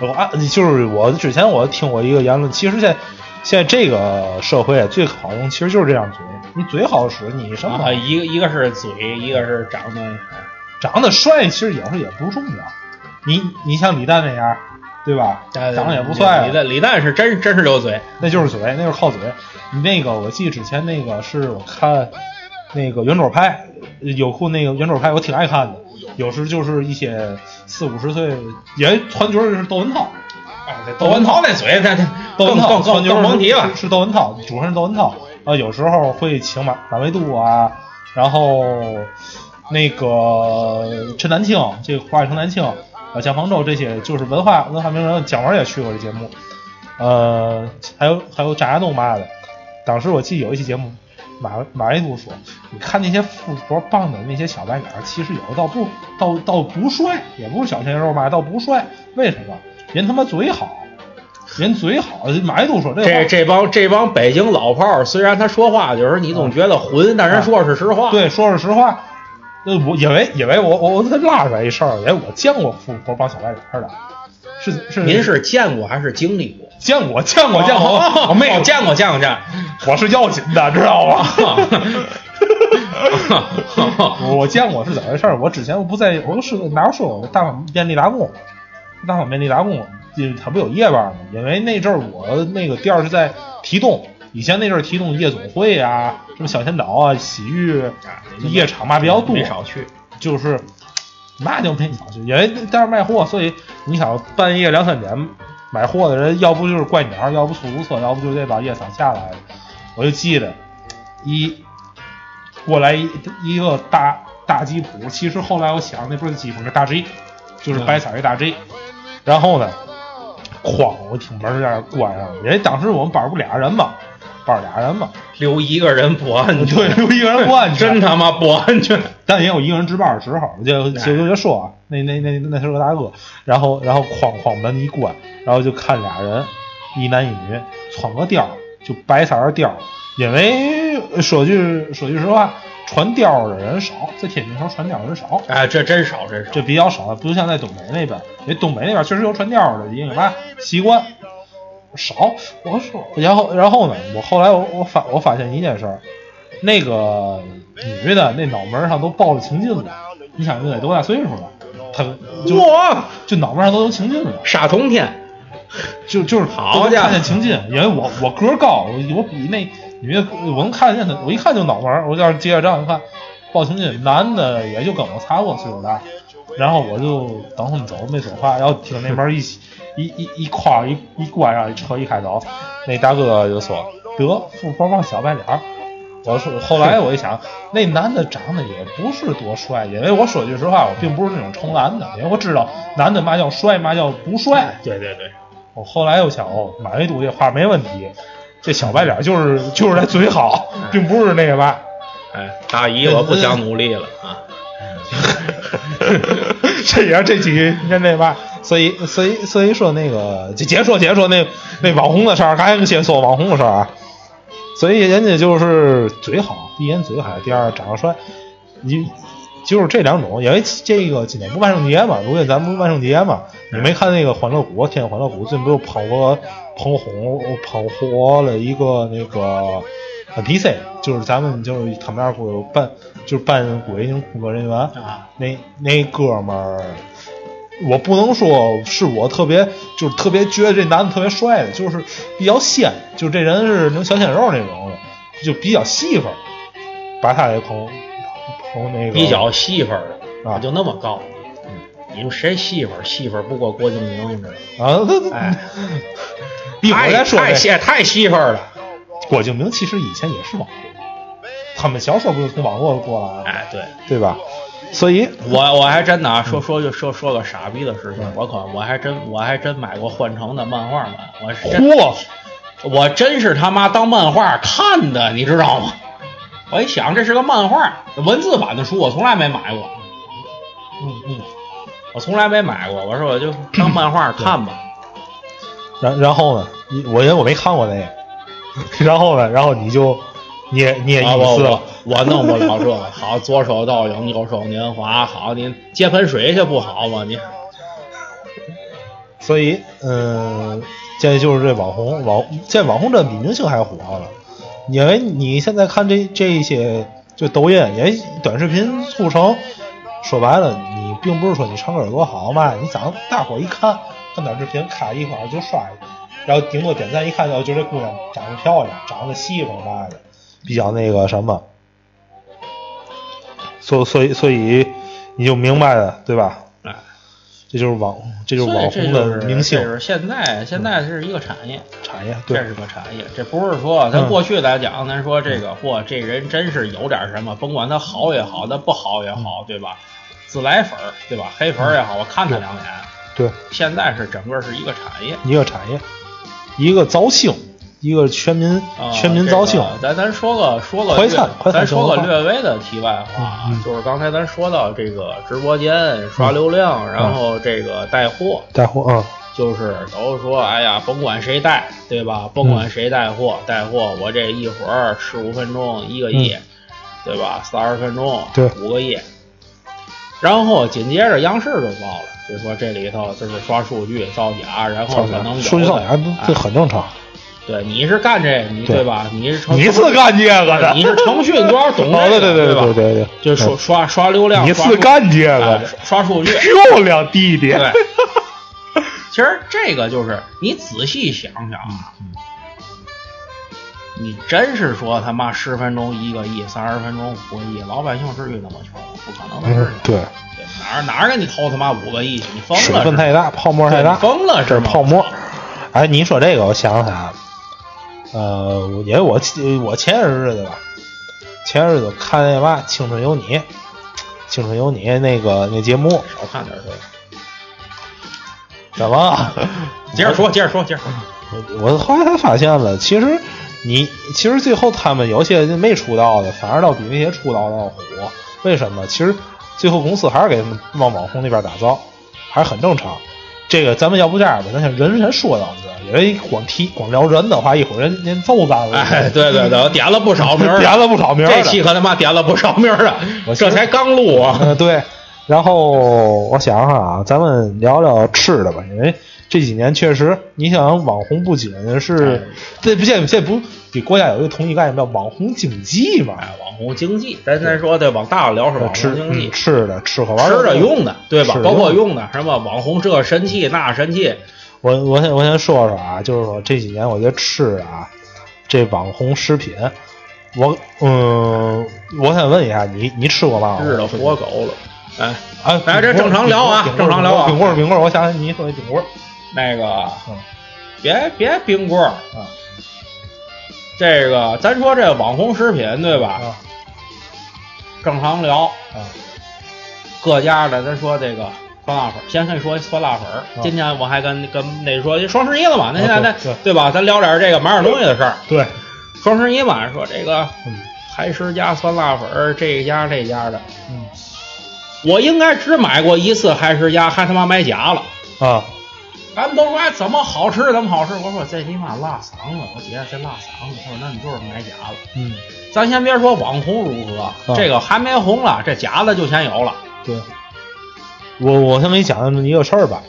Speaker 3: 我啊，就是我之前我听过一个言论，其实现在现在这个社会最好用，其实就是这样嘴，你嘴好使，你什么好
Speaker 4: 啊，一个一个是嘴，一个是长得
Speaker 3: 长得帅，其实有时候也不重要。你你像李诞那样，对吧？长得也不帅
Speaker 4: 哎
Speaker 3: 啊
Speaker 4: 李，诞李诞是真真是有嘴，
Speaker 3: 那就是嘴，那就是靠嘴。你那个我记得之前那个是我看那个圆桌派，优酷那个圆桌派我挺爱看的，有时就是一些四五十岁也团角儿是窦文涛。
Speaker 4: 窦文涛那嘴，那那
Speaker 3: 啊窦文
Speaker 4: 更
Speaker 3: 涛
Speaker 4: 更
Speaker 3: 传
Speaker 4: 更
Speaker 3: 球
Speaker 4: 更
Speaker 3: 是
Speaker 4: 甭提了
Speaker 3: 是。是窦文涛，主持人窦文涛。呃，有时候会请马马未都啊，然后那个陈丹青，这个华语陈丹青，呃，蒋方舟这些就是文化文化名人，蒋文也去过这节目，呃，还有还有张亚东嘛的。当时我记得有一期节目，马马未都说，你看那些富婆傍的那些小白脸儿，其实有的倒不倒倒不帅，也不是小鲜肉嘛，倒不帅，为什么？人他妈嘴好。人嘴好，马未都说这话
Speaker 4: 这这帮这帮北京老炮儿，虽然他说话有时候你总觉得混，但人说的是实话。
Speaker 3: 啊对，说是实话，呃，我因为因为我我我才拉出来一事儿，因为我见过富婆帮小白脸儿的，是是，
Speaker 4: 您是见过还是经历过？
Speaker 3: 见过见过见过，
Speaker 4: 哦
Speaker 3: 我没
Speaker 4: 哦
Speaker 3: 有
Speaker 4: 见过，见过，见 过。
Speaker 3: 我是要紧的，知道吗？ 我见过是怎么回事儿？我之前我不在，我是哪儿说我大碗便利打工，大碗便利打工，就是他不有夜班吗？因为那阵儿我那个店儿是在提东，以前那阵儿提东夜总会啊，什么小千岛啊、洗浴夜场嘛比较多，
Speaker 4: 嗯没少去。
Speaker 3: 就是那就没少去，因为在那儿卖货，所以你想半夜两三点买货的人，要不就是怪鸟，要不出租车，要不就这把夜场下来的。我就记得一过来一一个大大吉普，其实后来我想那不是吉普，是大 G，就是白色儿一大 G。然后呢，哐，我听门儿在那儿关上了，因为当时我们班儿不俩人嘛，班儿俩人嘛，
Speaker 4: 留一个人不安全，
Speaker 3: 对，留一个人不安全
Speaker 4: 真。他妈不安全。
Speaker 3: 但也有一个人值班的时候，就就就就说啊，那那那那是个大哥，然后然后哐哐门一关，然后就看俩人，一男一女，穿个貂儿，就白色儿的貂儿，因为句呃说句说句实话，传调的人少，在天津城传调的人少，
Speaker 4: 哎，这真少，真少。
Speaker 3: 这比较少，不像在东北那边，因为东北那边确实有传调的，因为嘛习惯少。我说，然后然后呢，我后来我我发我发现一件事儿，那个女的那脑门上都抱着青筋子，你想那得多大岁数了？她就
Speaker 4: 哇，
Speaker 3: 就脑门上都有青筋子，
Speaker 4: 傻通天。
Speaker 3: 就就是
Speaker 4: 好
Speaker 3: 都能
Speaker 4: 家伙
Speaker 3: 看见情境，因为我我个儿高，我我比那女的我能看见她，我一看就脑门儿，我要是接着这样看，报情境，男的也就跟我差不多岁数大，然后我就等他们走没说话，然后听那门儿一起一一一夸一一关上，车一开走，那大哥就说得富婆帮小白脸儿。我说，后来我一想，那男的长得也不是多帅，因为我说句实话，我并不是那种冲男的，因为我知道男的嘛叫帅，嘛叫不帅。
Speaker 4: 对对对，
Speaker 3: 我后来又想，哦，马未都这话没问题，这小白脸就是就是他嘴好，并不是那个吧？
Speaker 4: 哎，大姨，我不想努力了啊。
Speaker 3: 这也是这几人那吧？所以所以所以说那个，就解说解说那那网红的事儿，还先说网红的事儿啊。所以人家就是嘴好，第一人嘴好，第二长得帅，你就是这两种。因为这个今年不万圣节嘛，如今咱们不万圣节嘛，你没看那个欢乐谷，天津欢乐谷最近不又捧火捧红捧火了一个那个 NPC，就是咱们就是他们那儿会有扮就是扮鬼那种工作人员
Speaker 4: 啊，
Speaker 3: 那那哥们儿。我不能说是我特别，就是特别觉得这男的特别帅的，就是比较鲜，就这人是那种小鲜肉那种的，就比较细粉儿，把他给捧捧那个
Speaker 4: 比较戏份儿的，
Speaker 3: 啊嗯
Speaker 4: 我就那么告诉你，你们谁戏份儿？戏份儿不过郭敬明，你知道吗？
Speaker 3: 啊，他他
Speaker 4: 哎，
Speaker 3: 一会儿再说
Speaker 4: 太
Speaker 3: 呗。
Speaker 4: 戏太戏份儿了。
Speaker 3: 郭敬明其实以前也是网红，他们小时候不是从网络过来的，
Speaker 4: 哎，对
Speaker 3: 对吧？所以
Speaker 4: 我我还真的
Speaker 3: 嗯
Speaker 4: 啊，说说就说说个傻逼的事情，我可我还真我还真买过幻城的漫画版，我是真
Speaker 3: 嚯，
Speaker 4: 我真是他妈当漫画看的，你知道吗？我一想这是个漫画，文字版的书我从来没买过，嗯嗯，我从来没买过，我说我就当漫画看吧。
Speaker 3: 然然后呢，你我因为我没看过那个， 然后呢，然后你就你也你也
Speaker 4: 啊，
Speaker 3: 一
Speaker 4: 我
Speaker 3: 次了
Speaker 4: 我，我弄不了这个。好，左手倒影，右手年华。好，您接盆水去不好吗？您
Speaker 3: 所以，嗯，现在就是这网红网，现在网红这比明星还火了，因为你现在看这这些就抖音，因为短视频促成，说白了，你并不是说你唱歌有多好嘛，你长得大伙一看，看短视频咔一会儿就刷，然后顶多点赞一看，哦，就这姑娘长得漂亮，长得细缝嘛的，比较那个什么，所所以所以你就明白了，对吧？
Speaker 4: 哎，
Speaker 3: 这就是网，这就是
Speaker 4: 所以
Speaker 3: 网
Speaker 4: 这
Speaker 3: 红
Speaker 4: 就
Speaker 3: 的
Speaker 4: 是
Speaker 3: 明星
Speaker 4: 这是现在现在是一个产业，
Speaker 3: 产业，
Speaker 4: 这
Speaker 3: 对
Speaker 4: 是个产业。这不是说咱
Speaker 3: 嗯
Speaker 4: 过去来讲，咱说这个嚯，这人真是有点什么，甭管他好也好，他不好也好，
Speaker 3: 嗯
Speaker 4: 对吧？自来粉儿对吧？黑粉儿也好，我看他两眼。
Speaker 3: 对，
Speaker 4: 现在是整个是一个产业。
Speaker 3: 一个产业，一个造星，一个全民、
Speaker 4: 啊
Speaker 3: 全民造星，
Speaker 4: 这个咱咱说个说个
Speaker 3: 快餐
Speaker 4: 略
Speaker 3: 快餐
Speaker 4: 咱说
Speaker 3: 消
Speaker 4: 个
Speaker 3: 费
Speaker 4: 略微的题外话啊，
Speaker 3: 嗯嗯嗯
Speaker 4: 就是刚才咱说到这个直播间刷流量，然后这个带货，
Speaker 3: 带货啊，
Speaker 4: 就是都说哎呀，甭管谁带，对吧？甭
Speaker 3: 嗯
Speaker 4: 管谁带货，带货我这一会儿十五分钟一个亿，对吧？三十分钟
Speaker 3: 嗯对
Speaker 4: 五个亿，然后紧接着央视就报了，就说这里头就是刷数据造假，然后
Speaker 3: 造
Speaker 4: 可
Speaker 3: 假
Speaker 4: 能有
Speaker 3: 数据造
Speaker 4: 的
Speaker 3: 假都
Speaker 4: 哎
Speaker 3: 这很正常。
Speaker 4: 对，你是干这，你
Speaker 3: 对
Speaker 4: 对吧？你是程
Speaker 3: 你是干这个 的，
Speaker 4: 你是程序员，多少懂这
Speaker 3: 哦
Speaker 4: 个
Speaker 3: 对对对
Speaker 4: 吧？
Speaker 3: 对对对，
Speaker 4: 就刷刷刷流量，
Speaker 3: 你
Speaker 4: 刷
Speaker 3: 是
Speaker 4: 数
Speaker 3: 干这个
Speaker 4: 哎
Speaker 3: 的，
Speaker 4: 刷数 据。
Speaker 3: 漂亮弟 弟，
Speaker 4: 对，其实这个就是你仔细想想啊，
Speaker 3: 嗯
Speaker 4: 你真是说他妈十分钟一个亿，三十分钟五个亿，老百姓至于那么穷吗？不可能的事
Speaker 3: 嗯
Speaker 4: 情。
Speaker 3: 对，
Speaker 4: 对，哪儿哪儿给你掏他妈五个亿去？你疯了是
Speaker 3: 水
Speaker 4: 吗？
Speaker 3: 分太大，泡沫太
Speaker 4: 对
Speaker 3: 大，
Speaker 4: 你疯了
Speaker 3: 这是
Speaker 4: 是吗？
Speaker 3: 泡沫。哎，你说这个，我想起来了，呃，我因为我我前些日子吧，前些日子看那嘛《青春有你》，《青春有你》那个那节目，
Speaker 4: 少看点儿这个。
Speaker 3: 怎么？
Speaker 4: 接着说，接着说，接着说。
Speaker 3: 我后来才发现了，其实你其实最后他们有些没出道的，反而倒比那些出道的要火。为什么？其实最后公司还是给他们往网红那边打造，还是很正常。这个咱们要不这样吧，咱先人先说到这儿，因为光提光聊人的话，一会儿人人揍咱了。
Speaker 4: 哎，对对对，我点了不少名儿，
Speaker 3: 点了不少名儿的
Speaker 4: 这期可他妈点了不少名儿了，这才刚录啊。
Speaker 3: 呃，对。然后我想想啊，咱们聊聊吃的吧，因为这几年确实，你想网红不仅是这不现现在不给国家有一个统一概念叫网红经济嘛，
Speaker 4: 哎，网红经济，咱咱说对，往大了聊是网
Speaker 3: 吃
Speaker 4: 红经济
Speaker 3: 嗯，吃的吃喝玩乐
Speaker 4: 吃的用的，对吧
Speaker 3: 吃？的
Speaker 4: 包括
Speaker 3: 用
Speaker 4: 用的什么网红这神器那神器，
Speaker 3: 我我先我先说说啊，就是说这几年我觉得吃啊，这网红食品，我嗯，我想问一下你，你吃过吗？
Speaker 4: 日的活狗了。哎，
Speaker 3: 啊，
Speaker 4: 哎
Speaker 3: 饼棍儿
Speaker 4: 这正常聊啊
Speaker 3: 饼棍儿
Speaker 4: 正常聊啊
Speaker 3: 饼棍儿饼棍儿，我想想你说的饼棍儿，
Speaker 4: 那个
Speaker 3: 嗯
Speaker 4: 别别冰棍儿，
Speaker 3: 啊
Speaker 4: 这个咱说这网红食品对吧？
Speaker 3: 啊
Speaker 4: 正常聊，
Speaker 3: 啊
Speaker 4: 各家的咱说这个酸辣粉儿，先跟你说酸辣粉儿。今天我还跟跟那说双十一了嘛，那现在
Speaker 3: 啊啊对
Speaker 4: 那
Speaker 3: 对
Speaker 4: 对吧？咱聊点这个买点东西的事儿。
Speaker 3: 对，
Speaker 4: 双十一嘛，说这个
Speaker 3: 嗯
Speaker 4: 海狮家酸辣粉儿，这家这家的，
Speaker 3: 嗯
Speaker 4: 我应该只买过一次海狮家，还他妈买假了。
Speaker 3: 啊，
Speaker 4: 咱们都说哎怎么好吃怎么好吃，我说这你妈辣嗓子，我姐这辣嗓子，我说那你就是买假了。
Speaker 3: 嗯
Speaker 4: 咱先别说网红如何，
Speaker 3: 啊
Speaker 4: 这个还没红了，这假的就先有了。
Speaker 3: 对，我我先给你讲一个事儿吧，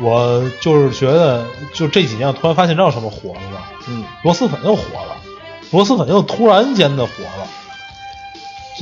Speaker 3: 我就是觉得就这几年我突然发现知道什么火了吗？
Speaker 4: 嗯，
Speaker 3: 螺蛳粉又火了，螺蛳粉又突然间的火了。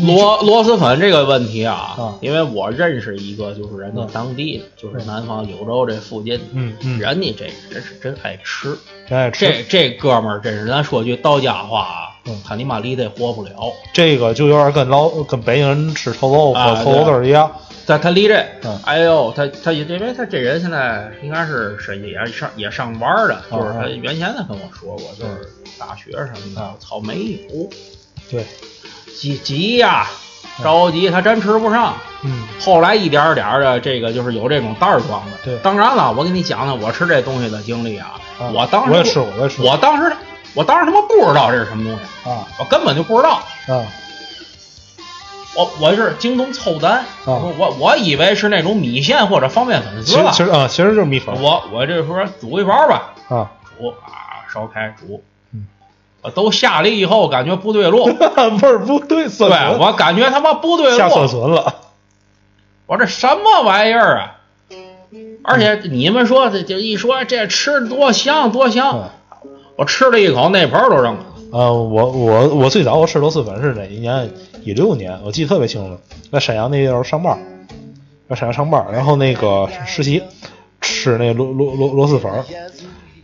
Speaker 4: 螺螺蛳粉这个问题啊，
Speaker 3: 啊
Speaker 4: 因为我认识一个，就是人家当地的，就是南方柳州这附近，
Speaker 3: 嗯嗯
Speaker 4: 人家这人是真爱吃，
Speaker 3: 真爱哎吃
Speaker 4: 这这哥们儿真是，咱说句道家话啊，
Speaker 3: 嗯
Speaker 4: 他尼玛离得活不了，
Speaker 3: 这个就有点跟老跟北京人吃臭豆腐、
Speaker 4: 啊
Speaker 3: 臭豆
Speaker 4: 对
Speaker 3: 子儿一样。
Speaker 4: 他他离这
Speaker 3: 嗯，
Speaker 4: 哎呦，他他因为他这人现在应该是是也上也上班儿的，就是他
Speaker 3: 哦
Speaker 4: 原先他跟我说过，就是大学什么的
Speaker 3: 嗯，
Speaker 4: 操没有，
Speaker 3: 对，
Speaker 4: 急急呀，着急，他真吃不上。
Speaker 3: 嗯，
Speaker 4: 后来一点儿点儿的，这个就是有这种袋儿装的。
Speaker 3: 对
Speaker 4: 当然了，我给你讲讲我吃这东西的经历啊。
Speaker 3: 啊
Speaker 4: 我当时
Speaker 3: 我也吃过我也吃过
Speaker 4: 我当时我当时他妈不知道这是什么东西，
Speaker 3: 啊
Speaker 4: 我根本就不知道。
Speaker 3: 啊
Speaker 4: 我我是京东凑
Speaker 3: 啊
Speaker 4: 单，我说我我以为是那种米线或者方便粉
Speaker 3: 其
Speaker 4: 丝
Speaker 3: 实
Speaker 4: 了。
Speaker 3: 其实啊，其实就是米粉
Speaker 4: 我我这说煮一包吧，
Speaker 3: 啊，
Speaker 4: 煮啊烧开煮
Speaker 3: 嗯，
Speaker 4: 我都下力以后感觉不对 路，
Speaker 3: 味儿不对，
Speaker 4: 对
Speaker 3: 酸笋
Speaker 4: 我感觉他妈不对啊
Speaker 3: 下酸
Speaker 4: 路，
Speaker 3: 笋了。
Speaker 4: 我这什么玩意儿啊！而且你们说这这一说这吃的多香多
Speaker 3: 嗯
Speaker 4: 香，我吃了一口那盆儿都扔了。
Speaker 3: 啊，我我我最早我吃螺蛳粉是哪一年？一六年，我记得特别清楚，在沈阳那时候上班儿，在沈阳上班儿，然后那个实习吃那螺螺螺螺蛳粉儿，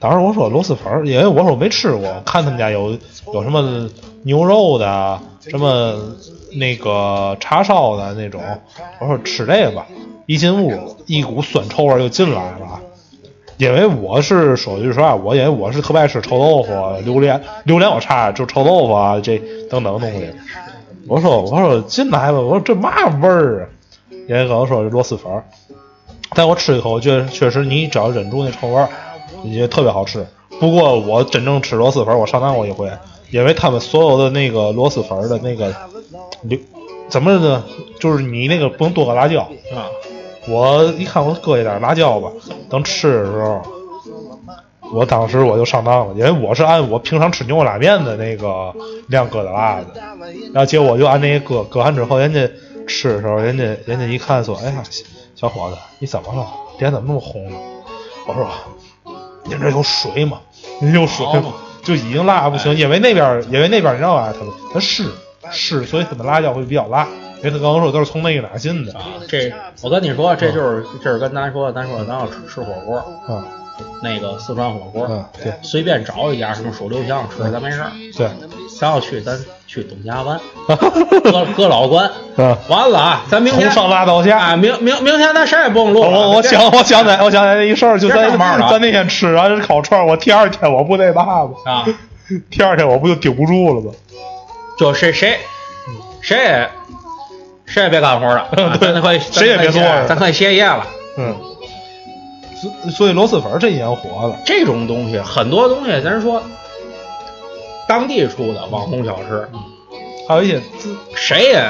Speaker 3: 当时我说螺蛳粉儿，因为我说我没吃过，我看他们家有有什么牛肉的，什么那个叉烧的那种，我说吃这个吧。一进屋，一股酸臭味儿就进来了。因为我是说句实话，我因为我是特别爱吃臭豆腐、啊榴莲、榴莲我差，就臭豆腐啊这等等东西。我说我说进来吧，我说这嘛味儿啊？人家可能说是螺蛳粉儿，但我吃一口，觉得确实你只要忍住那臭味儿，你觉得特别好吃。不过我真正吃螺蛳粉儿，我上当过一回，因为他们所有的那个螺蛳粉儿的那个榴怎么呢？就是你那个不能多搁辣椒啊。我一看我搁一点辣椒吧，等吃的时候，我当时我就上当了，因为我是按我平常吃牛肉拉面的那个量搁的辣的，然后结果我就按那个搁搁完之后，人家吃的时候，人家人家一看说：“哎呀，小伙子，你怎么了？脸怎么那么红了？”我说：“您这有水吗？您有水
Speaker 4: 好
Speaker 3: 吗
Speaker 4: 嘛？”哎
Speaker 3: 就已经辣不行，因为那边儿因为那边儿你知道吧，他们他是是，所以他们辣椒会比较辣，因为他刚刚说都是从那个哪儿进的
Speaker 4: 啊，这我跟你说，
Speaker 3: 嗯
Speaker 4: 这就是这是跟咱说，咱说咱要吃吃火锅，
Speaker 3: 啊，
Speaker 4: 那个四川火锅，
Speaker 3: 嗯对
Speaker 4: 随便找一家什么蜀留香吃，咱没事儿。
Speaker 3: 对，
Speaker 4: 咱要去，咱去董家湾，哥哥老关。
Speaker 3: 嗯
Speaker 4: 完了啊， 咱明天
Speaker 3: 从上拉到下
Speaker 4: 啊，明明明天咱谁也不用录了。啊
Speaker 3: 我我
Speaker 4: 这
Speaker 3: 想我想起来我想起来一事儿，就
Speaker 4: 别
Speaker 3: 咱
Speaker 4: 上班了啊
Speaker 3: 咱那天吃完烤串儿，我第二天我不那嘛吗？
Speaker 4: 啊，
Speaker 3: 第二天我不就顶不住了吗？
Speaker 4: 就谁谁谁也谁也别干活了， 啊
Speaker 3: 对
Speaker 4: 咱可以
Speaker 3: 谁也别做了
Speaker 4: 咱可以歇业了。
Speaker 3: 嗯，所所以螺蛳粉儿这几年火了，
Speaker 4: 这种东西，很多东西，咱说当地出的网红小吃，
Speaker 3: 还有一些自
Speaker 4: 谁也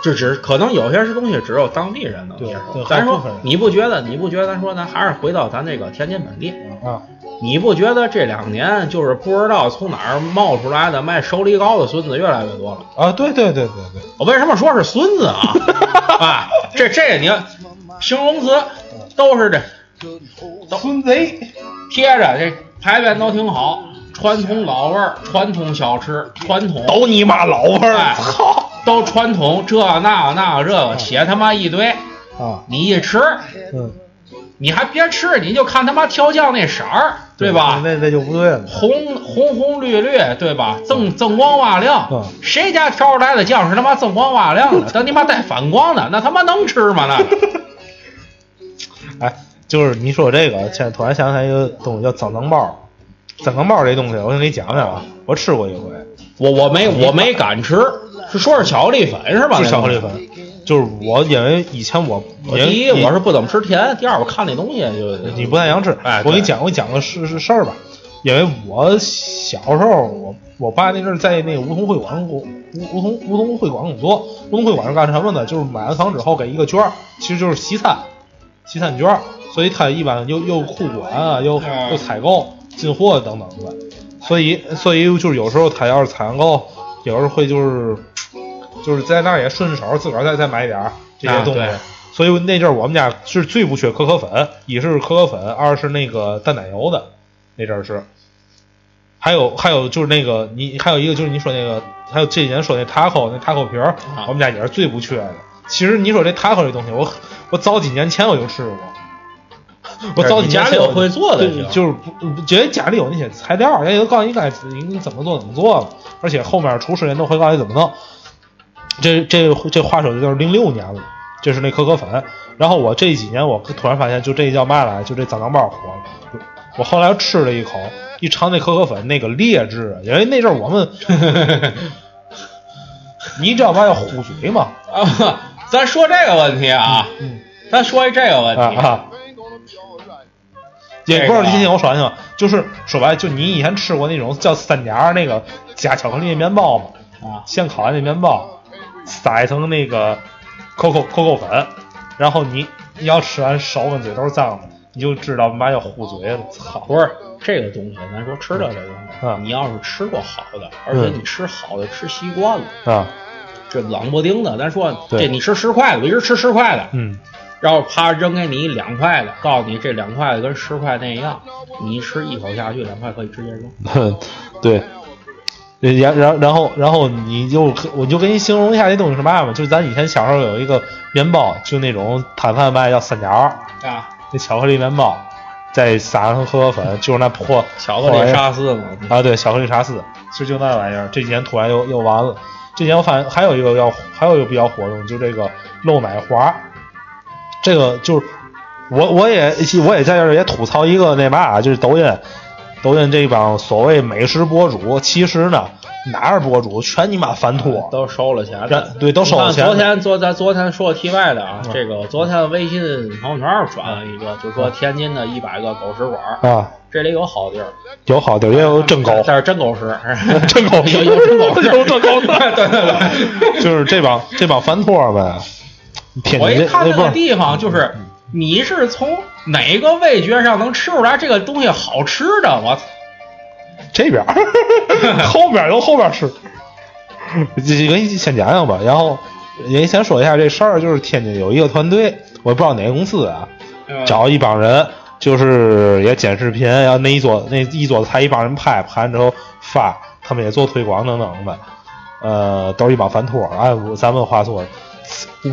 Speaker 4: 这只可能有些是东西只有当地人能
Speaker 3: 对
Speaker 4: 接受
Speaker 3: 对。
Speaker 4: 咱
Speaker 3: 还有部
Speaker 4: 说
Speaker 3: 分人
Speaker 4: 你不觉得？你不觉得？咱说咱还是回到咱这个天津本地，
Speaker 3: 啊，
Speaker 4: 你不觉得这两年就是不知道从哪儿冒出来的卖熟梨糕的孙子越来越多了？
Speaker 3: 啊，对对对对对，
Speaker 4: 我为什么说是孙子 啊？啊，这这你看形容词都是这
Speaker 3: 孙贼，
Speaker 4: 贴着这牌匾都挺好，传统老味儿、传统小吃、传统
Speaker 3: 都你妈老味儿，
Speaker 4: 哎
Speaker 3: 操
Speaker 4: 都传统这那那这个写他妈一堆，
Speaker 3: 啊，
Speaker 4: 你一吃
Speaker 3: 嗯，
Speaker 4: 你还别吃，你就看他妈调酱那色儿，对吧？
Speaker 3: 那那就不对了，
Speaker 4: 红红红绿绿，对吧？锃锃光瓦亮，
Speaker 3: 嗯
Speaker 4: 谁家调出来的酱是他妈锃光瓦亮的，都你妈带反光的，那他妈能吃吗？那个
Speaker 3: 哎，就是你说这个，现在突然想起来一个东西叫脏脏包，脏脏包这东西，我跟你讲讲啊，我吃过一回，
Speaker 4: 我我没我没敢吃，是说是巧克力粉是吧？
Speaker 3: 是巧克力粉。，就是我因为以前我
Speaker 4: 我第一
Speaker 3: 因为
Speaker 4: 我是不怎么吃甜，第二我看那东西就
Speaker 3: 你不太想吃。
Speaker 4: 哎
Speaker 3: 我给你
Speaker 4: 对
Speaker 3: 讲，我给你讲个事事事儿吧。因为我小时候，我我爸那阵儿在那个梧桐会馆工梧梧桐梧桐会馆工作。梧桐会馆是干什么的？就是买完房之后给一个券儿，其实就是西餐，西餐券儿。所以他一般又又库管啊，又
Speaker 4: 嗯
Speaker 3: 又采购、进货等等的。所以所以就是有时候他要是采完购，有时候会就是就是在那儿也顺手自个儿再再买点儿这些
Speaker 4: 啊
Speaker 3: 东西。
Speaker 4: 对
Speaker 3: 所以那阵儿我们家是最不缺可可粉，一是可可粉，二是那个淡奶油的，那阵儿是。还有还有就是那个你还有一个就是你说那个还有这几年说那 taco 那 taco 皮儿，
Speaker 4: 啊
Speaker 3: 我们家也是最不缺的。其实你说这 taco 这东西，我我早几年前我就吃过，我早几年
Speaker 4: 家
Speaker 3: 前
Speaker 4: 里有会做的
Speaker 3: 对，就是不觉得家里有那些材料，人家都告诉你该你怎么做怎么做了，而且后面厨师人都会告诉你怎么弄。这这这话说的就是零六年了，这是那可可粉。然后我这几年我突然发现，就这叫嘛来，就这脏脏包火了。我后来吃了一口，一尝那可可粉那个劣质，啊因为那阵儿我 们，你知道嘛叫呼嘴嘛？
Speaker 4: 啊，咱说这个问题啊，
Speaker 3: 嗯
Speaker 4: 咱说这个问
Speaker 3: 啊
Speaker 4: 题，
Speaker 3: 啊。也不知道你听听我说完吗？就是说白了，就你以前吃过那种叫三夹那个加巧克力的面包嘛，
Speaker 4: 啊
Speaker 3: 先烤完那面包，撒一层那个 coco coco 粉，然后你你要吃完手跟嘴都是脏的，你就知道嘛叫糊嘴了。操！
Speaker 4: 不是这个东西，咱说吃的这东西，
Speaker 3: 嗯
Speaker 4: 你要是吃过好的，而且你吃好的吃习惯了，
Speaker 3: 啊，
Speaker 4: 这冷不丁的，咱说
Speaker 3: 对
Speaker 4: 这你吃十块的，我一直吃十块的，
Speaker 3: 嗯，
Speaker 4: 然后啪扔给你两块的，告诉你这两块的跟十块那一样，你一吃一口下去，两块可以直接扔。
Speaker 3: 对。然然然后然后你就我就给你形容一下这东西是嘛嘛，就是咱以前小时候有一个面包，就那种摊贩卖叫三夹，
Speaker 4: 啊，
Speaker 3: 那巧克力面包，再撒上可可粉，就是那破
Speaker 4: 巧克力沙司嘛，
Speaker 3: 啊，对，巧克力沙司，其实就那玩意儿。这几年突然又又完了。这几年我发现还有一个要还有一个比较火的，就这个漏奶滑，这个就是我我也我也在这儿也吐槽一个那嘛啊，就是抖音抖音这帮所谓美食博主，其实呢哪儿博主全你妈反 托，
Speaker 4: 都收了钱
Speaker 3: 然
Speaker 4: 了。
Speaker 3: 对都收了钱
Speaker 4: 你看
Speaker 3: 了。
Speaker 4: 昨天昨咱昨天说题外的啊，
Speaker 3: 嗯
Speaker 4: 这个昨天微信朋友圈转了一个，就说天津的一百个狗食馆儿，
Speaker 3: 啊，
Speaker 4: 这里有好地儿，
Speaker 3: 有好地儿，也有真狗。
Speaker 4: 哎但是真狗食，
Speaker 3: 真狗
Speaker 4: 有有真狗食，
Speaker 3: 有真狗
Speaker 4: 对对 对。
Speaker 3: 就是这帮这帮饭托儿呗，天
Speaker 4: 我
Speaker 3: 津
Speaker 4: 一
Speaker 3: 这
Speaker 4: 看
Speaker 3: 哎
Speaker 4: 那
Speaker 3: 不
Speaker 4: 个
Speaker 3: 是
Speaker 4: 地方，就是
Speaker 3: 嗯
Speaker 4: 你是从哪个味觉上能吃出来这个东西好吃的？我操
Speaker 3: 这边儿 后边儿有后边儿吃，这个先讲讲吧，然后也先说一下这事儿，就是天津有一个团队，我不知道哪个公司啊，
Speaker 4: 呃
Speaker 3: 找一帮人，就是也剪视频，然后那一桌那一桌子菜一帮人拍，拍完之后发，他们也做推广等等的，呃，都是一帮饭托儿。哎，我咱们话说，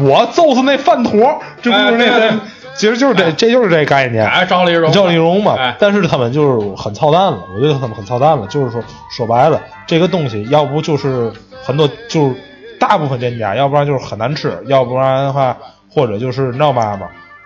Speaker 3: 我就是那饭托儿，这不是那个，
Speaker 4: 哎对对
Speaker 3: 其实就是这，这就是这概念。
Speaker 4: 哎，赵丽蓉，
Speaker 3: 赵丽蓉嘛，
Speaker 4: 哎
Speaker 3: 但是他们就是很操蛋了，我觉得他们很操蛋了，就是说说白了，这个东西要不就是很多就是大部分店家，要不然就是很难吃，要不然的话或者就是闹妈妈，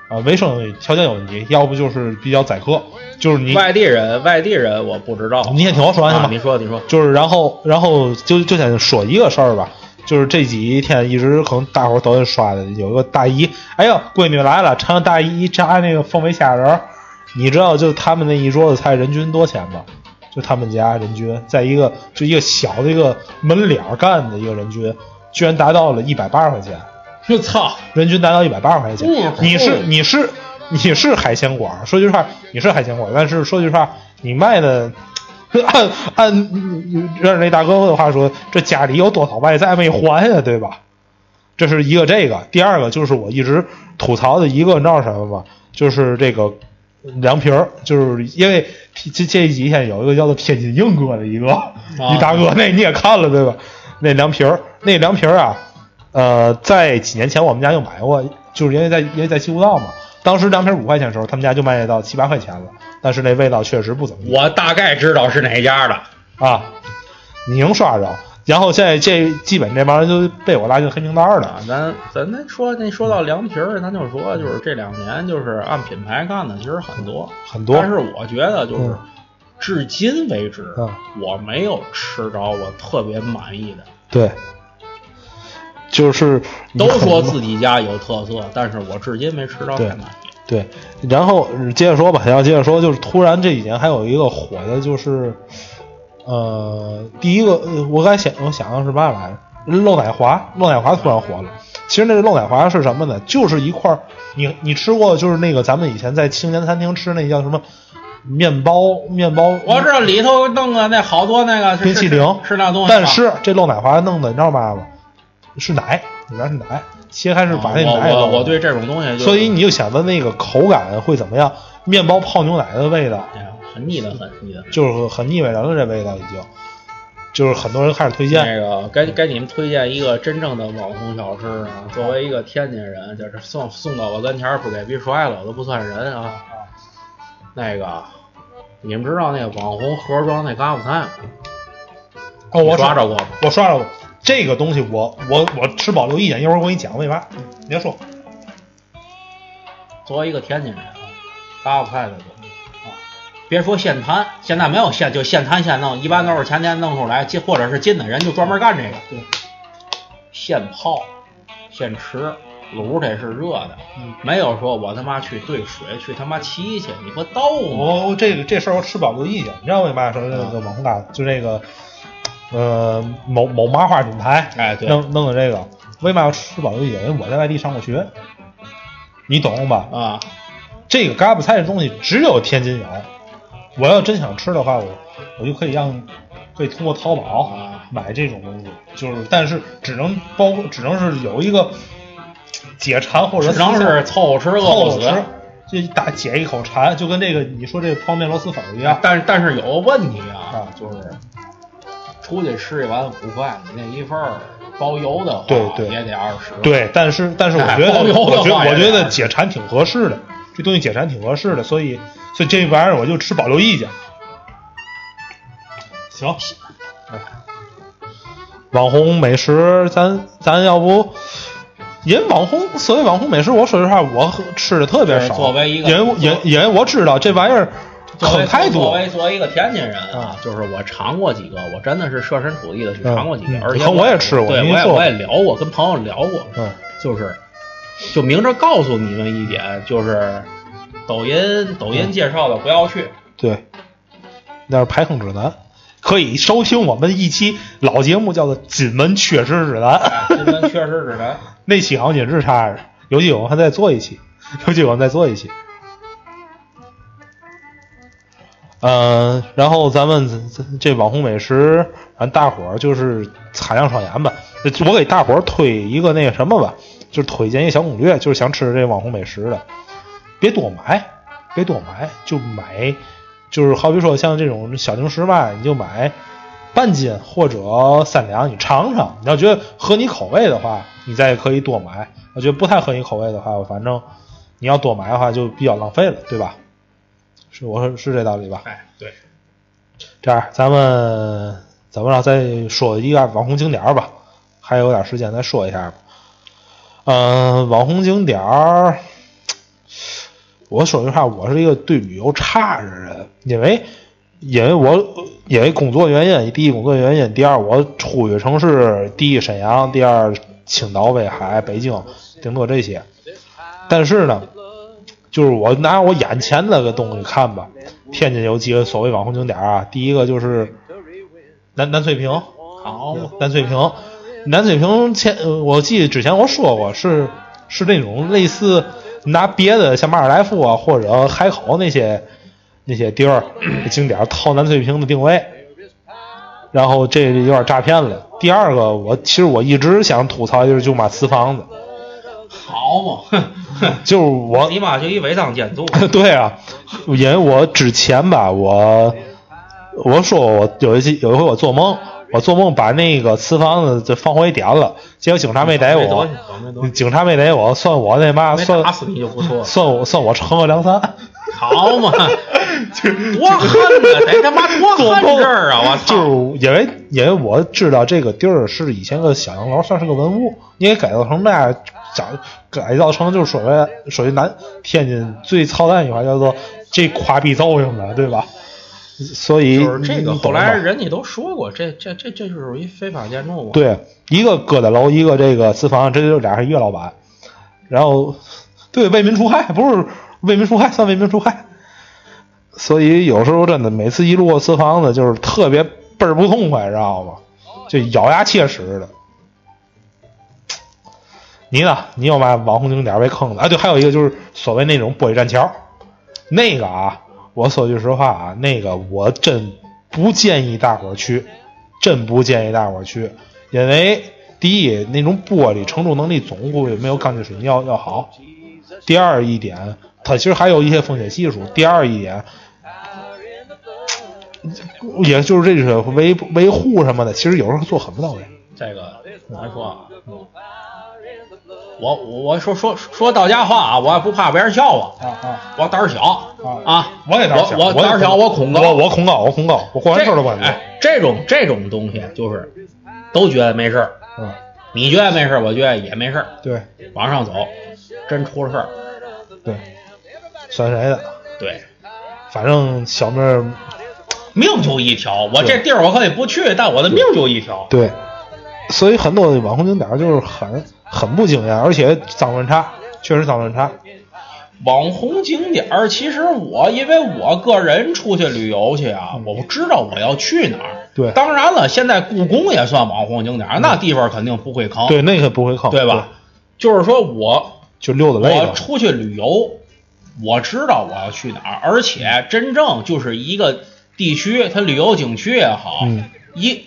Speaker 3: 啊、卫生条件有问题，要不就是比较宰客，就是你
Speaker 4: 外地人，外地人我不知道。
Speaker 3: 你先听我说完行
Speaker 4: 啊
Speaker 3: 吗？
Speaker 4: 你说，你说，
Speaker 3: 就是然后然后就就想说一个事儿吧，就是这几天一直可能大伙儿都在刷的，有一个大姨，哎呦，闺女来了，尝尝大姨炸那个凤尾虾仁儿，你知道就他们那一桌子菜人均多钱吗？就他们家人均，在一个就一个小的一个门脸儿干的一个人均居然达到了一百八十块钱，
Speaker 4: 我 操！
Speaker 3: 人均达到一百八十块钱
Speaker 5: 对呀。
Speaker 3: 你
Speaker 5: 很
Speaker 3: 是
Speaker 5: 贵
Speaker 3: 你是你是海鲜馆儿，说句实话，你是海鲜馆儿，但是说句实话，你卖的。 按按按那大哥的话说，这家里有多少外债没还呀，对吧？这是一个这个，第二个就是我一直吐槽的一个，你知道什么吗？就是这个凉皮儿，就是因为这这几天有一个叫做天津硬哥的一个，
Speaker 5: 啊
Speaker 3: 你大哥 那你也看了对吧？那凉皮儿，那凉皮儿啊，呃，在几年前我们家就买过，就是因为在因为在西湖道嘛，当时凉皮儿五块钱的时候，他们家就卖到七八块钱了，但是那味道确实不怎么样。
Speaker 4: 我大概知道是哪家的。
Speaker 3: 啊，你能刷着。然后现在这基本这帮人就被我拉进黑名单了
Speaker 4: 啊，咱咱那说那说到凉皮儿，咱就说就是这两年就是按品牌干的其实很多，
Speaker 3: 很多
Speaker 4: 但是我觉得就是
Speaker 3: 嗯
Speaker 4: 至今为止，
Speaker 3: 嗯
Speaker 4: 我没有吃着我特别满意的。
Speaker 3: 对，就是你
Speaker 4: 都说
Speaker 3: 很
Speaker 4: 自己家有特色，但是我至今没吃着
Speaker 3: 对
Speaker 4: 太满意。
Speaker 3: 对，然后接着说吧，然后接着说，就是突然这几年还有一个火的，就是呃，第一个呃我刚才想我想到是嘛来着？漏奶滑，漏奶滑突然火了。其实那个漏奶滑是什么呢？就是一块儿，你你吃过就是那个咱们以前在青年餐厅吃那叫什么面包面包，
Speaker 4: 我知道里头弄个那好多那个是
Speaker 3: 冰淇淋
Speaker 4: 是是那东西吧，
Speaker 3: 但是这漏奶滑弄的你知道嘛吗？是奶，里面是奶，切开是把那
Speaker 4: 啊我
Speaker 3: 奶
Speaker 4: 我
Speaker 3: 弄了
Speaker 4: 我对这种东西就
Speaker 3: 所以你就想问那个口感会怎么样？面包泡牛奶的味道，
Speaker 4: 哎呀，很腻的很腻的。
Speaker 3: 就是很腻味人了，这味道已经，就是很多人开始推荐。
Speaker 4: 那个该该你们推荐一个真正的网红小吃啊！作为一个天津人，就是送送到我跟前儿不给逼摔了，我都不算人啊。那个，你们知道那个网红盒装那嘎巴菜吗？
Speaker 3: 哦，我
Speaker 4: 你刷
Speaker 3: 刷
Speaker 4: 着过吗？
Speaker 3: 我刷着过这个东西我，我我持保留意见，一会儿我给你讲为嘛。你别说，
Speaker 4: 作为一个天津人啊，嘎巴菜的东西啊，别说现摊，现在没有现就现摊现弄，一般都是前天弄出来，进或者是进的人就专门干这个。对，现泡，现吃，卤得是热的，
Speaker 3: 嗯
Speaker 4: 没有说我他妈去兑水去他妈沏去，你不逗吗？
Speaker 3: 我我哦这个这事儿我持保留意见，你知道为嘛说这个网红
Speaker 4: 啊
Speaker 3: 大就这个，呃，某某麻花品牌，
Speaker 4: 哎对
Speaker 3: 弄弄的这个，为嘛要吃保留意见？因为我在外地上过学，你懂吧？
Speaker 4: 啊，
Speaker 3: 这个嘎巴菜这东西只有天津有。我要真想吃的话，我我就可以让可以通过淘宝
Speaker 4: 啊
Speaker 3: 买这种东西，就是但是只能包只能是有一个解馋或者
Speaker 4: 只能是凑合吃饿
Speaker 3: 凑
Speaker 4: 不
Speaker 3: 合
Speaker 4: 死。
Speaker 3: 吃，就打解一口馋，就跟这个你说这方便螺蛳粉一样。
Speaker 4: 啊但但是有个问题啊，
Speaker 3: 啊
Speaker 4: 就是出去吃一碗五块，你那一份儿包邮的话，
Speaker 3: 对对
Speaker 4: 也得二十。
Speaker 3: 对，但是但是我
Speaker 4: 哎
Speaker 3: 觉得，
Speaker 4: 包邮的
Speaker 3: 我觉
Speaker 4: 话
Speaker 3: 得
Speaker 4: 也
Speaker 3: 我觉得
Speaker 4: 得
Speaker 3: 解馋挺合适的，这东西解馋挺合适的，所以所以这玩意儿我就持保留意见。行，哎网红美食，咱咱要不，因为网红，所谓网红美食，我说实话，我吃的特别
Speaker 4: 就是
Speaker 3: 少。
Speaker 4: 作为一个
Speaker 3: 因为我因因为我知道这玩意儿
Speaker 4: 作为
Speaker 3: 坑太
Speaker 4: 作
Speaker 3: 多
Speaker 4: 为作为一个天津人
Speaker 3: 啊
Speaker 4: 就是我尝过几个，我真的是设身处地的去
Speaker 3: 嗯
Speaker 4: 尝过几个，
Speaker 3: 嗯
Speaker 4: 而且
Speaker 3: 可我也吃过
Speaker 4: 对，
Speaker 3: 您
Speaker 4: 我也
Speaker 3: 做过
Speaker 4: 我也聊过，跟朋友聊过，
Speaker 3: 嗯
Speaker 4: 就是就明着告诉你们一点，就是抖音抖
Speaker 3: 嗯
Speaker 4: 音介绍的不要去，
Speaker 3: 对，那是排坑指南，可以收听我们一期老节目，叫做《金门缺食指南》
Speaker 4: 哎，这跟确实指南。
Speaker 3: 那期好像也是差着，有几个我们还再做一期，有几个我们再做一期。嗯、然后咱们这这网红美食，咱大伙儿就是产量少盐吧。我给大伙儿推一个那个什么吧，就是推荐一个小攻略，就是想吃这网红美食的，别多买，别多买，就买，就是好比说像这种小零食吧，你就买半斤或者三两，你尝尝。你要觉得合你口味的话，你再可以多买。我觉得不太合你口味的话，反正你要多买的话就比较浪费了，对吧？是我说是这道理吧？
Speaker 4: 哎， 对，
Speaker 3: 这样，咱们怎么着再说一下网红景点儿吧，还有点时间再说一下吧。嗯、网红景点儿，我说句话，我是一个对旅游差的人，因为因为我因为工作原因，第一工作原因，第二我出去城市，第一沈阳，第二青岛、北海、北京，顶多这些。但是呢，就是我拿我眼前的个东西看吧，天津有几个所谓网红景点儿啊，第一个就是南南翠屏，
Speaker 4: 好嘛，
Speaker 3: 南翠屏，南水平前，呃我记得之前我说过是是那种类似拿别的像马尔代夫啊或者海口那些那些地儿景点儿套南翠屏的定位，然后这有点诈骗了。第二个，我其实我一直想吐槽就是舅妈瓷房子，
Speaker 4: 好嘛，
Speaker 3: 就是 我
Speaker 4: 尼玛就一违章建筑，
Speaker 3: 对啊，因为我之前吧，我我说我有一次有一回我做梦，我做梦把那个瓷房子就放回点了，结果警 察没逮
Speaker 4: 没多
Speaker 3: 我
Speaker 4: 少，没多少
Speaker 3: 警察没逮我，算我那嘛
Speaker 4: 没
Speaker 3: 算
Speaker 4: 打死你就不错了。
Speaker 3: 算我算我成了梁 三，
Speaker 4: 好 嘛，多恨呐！得他妈多
Speaker 3: 做
Speaker 4: 恨
Speaker 3: 梦
Speaker 4: 这儿啊！我操，
Speaker 3: 就是因为因为我知道这个地儿是以前个小洋楼，算是个文物，你给改造成那样，讲改造成就是所谓属于南天津最操蛋一句话叫做这夸逼造型的，对吧？所以
Speaker 4: 就是这个，
Speaker 3: 你
Speaker 4: 后
Speaker 3: 嗯懂了
Speaker 4: 来
Speaker 3: 吧
Speaker 4: 人家都说过，这这这这就是属于非法建筑嘛。，
Speaker 3: 对，一个疙瘩楼，一个这个私房，这就俩是岳老板。然后，对为民除害，不是为民除害，算为民除害。所以有时候真的，每次一路过私房子，就是特别倍儿不痛快，知道吗？就咬牙切齿的。你呢？你有嘛网红景点被坑的啊？对，还有一个就是所谓那种玻璃栈桥，那个啊，我说句实话啊，那个我真不建议大伙儿去，真不建议大伙儿去，因为第一，那种玻璃承重能力总归没有钢筋水泥要要好；第二一点，它其实还有一些风险系数；第二一点，也就是这个维维护什么的，其实有时候做很不到位。
Speaker 4: 这个难说啊。嗯我我我说说说到家话啊，我也不怕别人笑话，
Speaker 3: 啊啊！
Speaker 4: 我胆儿小啊，
Speaker 3: 我也胆儿小，
Speaker 4: 我我胆儿小，我恐高，
Speaker 3: 我我恐高，我恐高，我过完事儿都管
Speaker 4: 这哎，这种这种东西就是都觉得没事儿，
Speaker 3: 嗯，
Speaker 4: 你觉得没事儿，我觉得也没事儿，
Speaker 3: 对
Speaker 4: 往上走，真出了事儿，
Speaker 3: 对，算谁的？
Speaker 4: 对，
Speaker 3: 反正小妹儿，
Speaker 4: 命就一条。我这地儿我可以不去，但我的命就一条。
Speaker 3: 对，所以很多网红景点儿就是很很不惊艳，而且脏乱差，确实脏乱差。
Speaker 4: 哦网红景点儿，其实我因为我个人出去旅游去啊，我不知道我要去哪儿。
Speaker 3: 嗯对嗯
Speaker 4: 当然了，现在故宫也算网红景点儿，那地方肯定不会坑，
Speaker 3: 对，那个不会靠，
Speaker 4: 对吧？就是说我
Speaker 3: 就溜达累
Speaker 4: 我
Speaker 3: 了。
Speaker 4: 出去旅游，我知道我要去哪儿，而且真正就是一个地区，它旅游景区也好，
Speaker 3: 嗯
Speaker 4: 一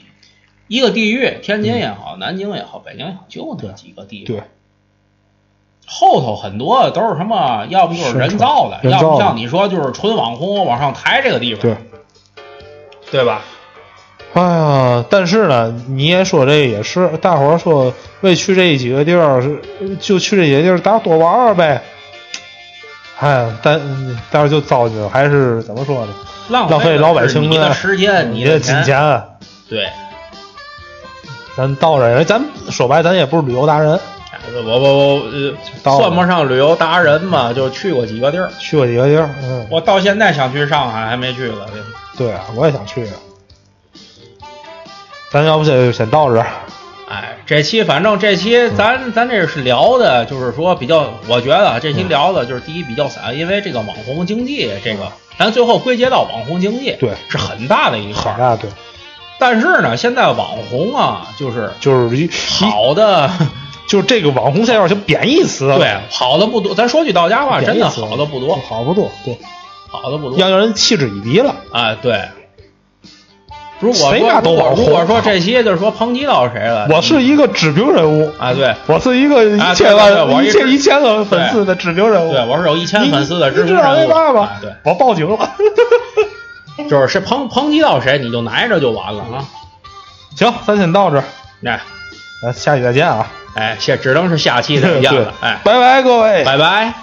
Speaker 4: 一个地域，天津也好，南京也好，北京也好，就那几个地方。
Speaker 3: 对，
Speaker 4: 后头很多都是什么，要不就是人造的，
Speaker 3: 是人
Speaker 4: 要
Speaker 3: 造的
Speaker 4: 不像你说就是纯网红往上抬这个地方，
Speaker 3: 对，
Speaker 4: 对吧？
Speaker 3: 哎呀，但是呢，你也说这也是，大伙儿说为去这几个地儿，就去这几个地儿，大家多玩玩呗。哎，但但是就糟践了，还是怎么说呢？
Speaker 4: 浪
Speaker 3: 浪费
Speaker 4: 费
Speaker 3: 老百姓
Speaker 4: 的是你的
Speaker 3: 的
Speaker 4: 时间，
Speaker 3: 你
Speaker 4: 的
Speaker 3: 金钱啊，
Speaker 4: 对，
Speaker 3: 咱到这儿，因为咱说白，咱也不是旅游达人，
Speaker 4: 哎我我我呃，
Speaker 3: 到了
Speaker 4: 算不上旅游达人嘛，就去过几个地儿。
Speaker 3: 去过几个地儿，嗯，
Speaker 4: 我到现在想去上海，还没去呢。
Speaker 3: 对啊，我也想去啊。咱要不就先到这儿，
Speaker 4: 哎，这期反正这期
Speaker 3: 嗯
Speaker 4: 咱咱这是聊的，就是说比较，我觉得啊，这
Speaker 3: 嗯
Speaker 4: 期聊的就是第一比较散，因为这个网红经济这个，咱最后归结到网红经济，
Speaker 3: 对
Speaker 4: 是很大的一块
Speaker 3: 好
Speaker 4: 儿。
Speaker 3: 大对，
Speaker 4: 但是呢，现在网红啊，就是
Speaker 3: 就是一，
Speaker 4: 好的，
Speaker 3: 就是这个网红现在有些贬义词啊，
Speaker 4: 对，好的不多。咱说句到家话，
Speaker 3: 贬
Speaker 4: 真
Speaker 3: 义
Speaker 4: 的
Speaker 3: 词
Speaker 4: 好的不多，
Speaker 3: 好不多，对，
Speaker 4: 好的不多。
Speaker 3: 要让人嗤之以鼻了。
Speaker 4: 啊，对。如果
Speaker 3: 谁
Speaker 4: 说
Speaker 3: 嘛都
Speaker 4: 如果
Speaker 3: 网红
Speaker 4: 如果说这期就是说抨击到谁了，
Speaker 3: 我是一个指标人物，
Speaker 4: 啊，对
Speaker 3: 我是一个
Speaker 4: 啊
Speaker 3: 一
Speaker 4: 哎对
Speaker 3: 千
Speaker 4: 对对我
Speaker 3: 万、
Speaker 4: 一
Speaker 3: 一
Speaker 4: 直
Speaker 3: 千一千个粉丝的指标人物。
Speaker 4: 对，我是有一千粉丝的
Speaker 3: 你
Speaker 4: 知
Speaker 3: 你
Speaker 4: 乎
Speaker 3: 知道
Speaker 4: 人
Speaker 3: 那
Speaker 4: 物
Speaker 3: 嘛
Speaker 4: 啊
Speaker 3: 吗，？
Speaker 4: 对，
Speaker 3: 我报警了。
Speaker 4: 就是是抨抨击到谁，你就挨着就完了啊。
Speaker 3: 行，咱先到这儿，
Speaker 4: 哎
Speaker 3: 咱下期再见啊！
Speaker 4: 哎，下只能是下期再见了，哎，
Speaker 3: 拜拜，各位，
Speaker 4: 拜拜。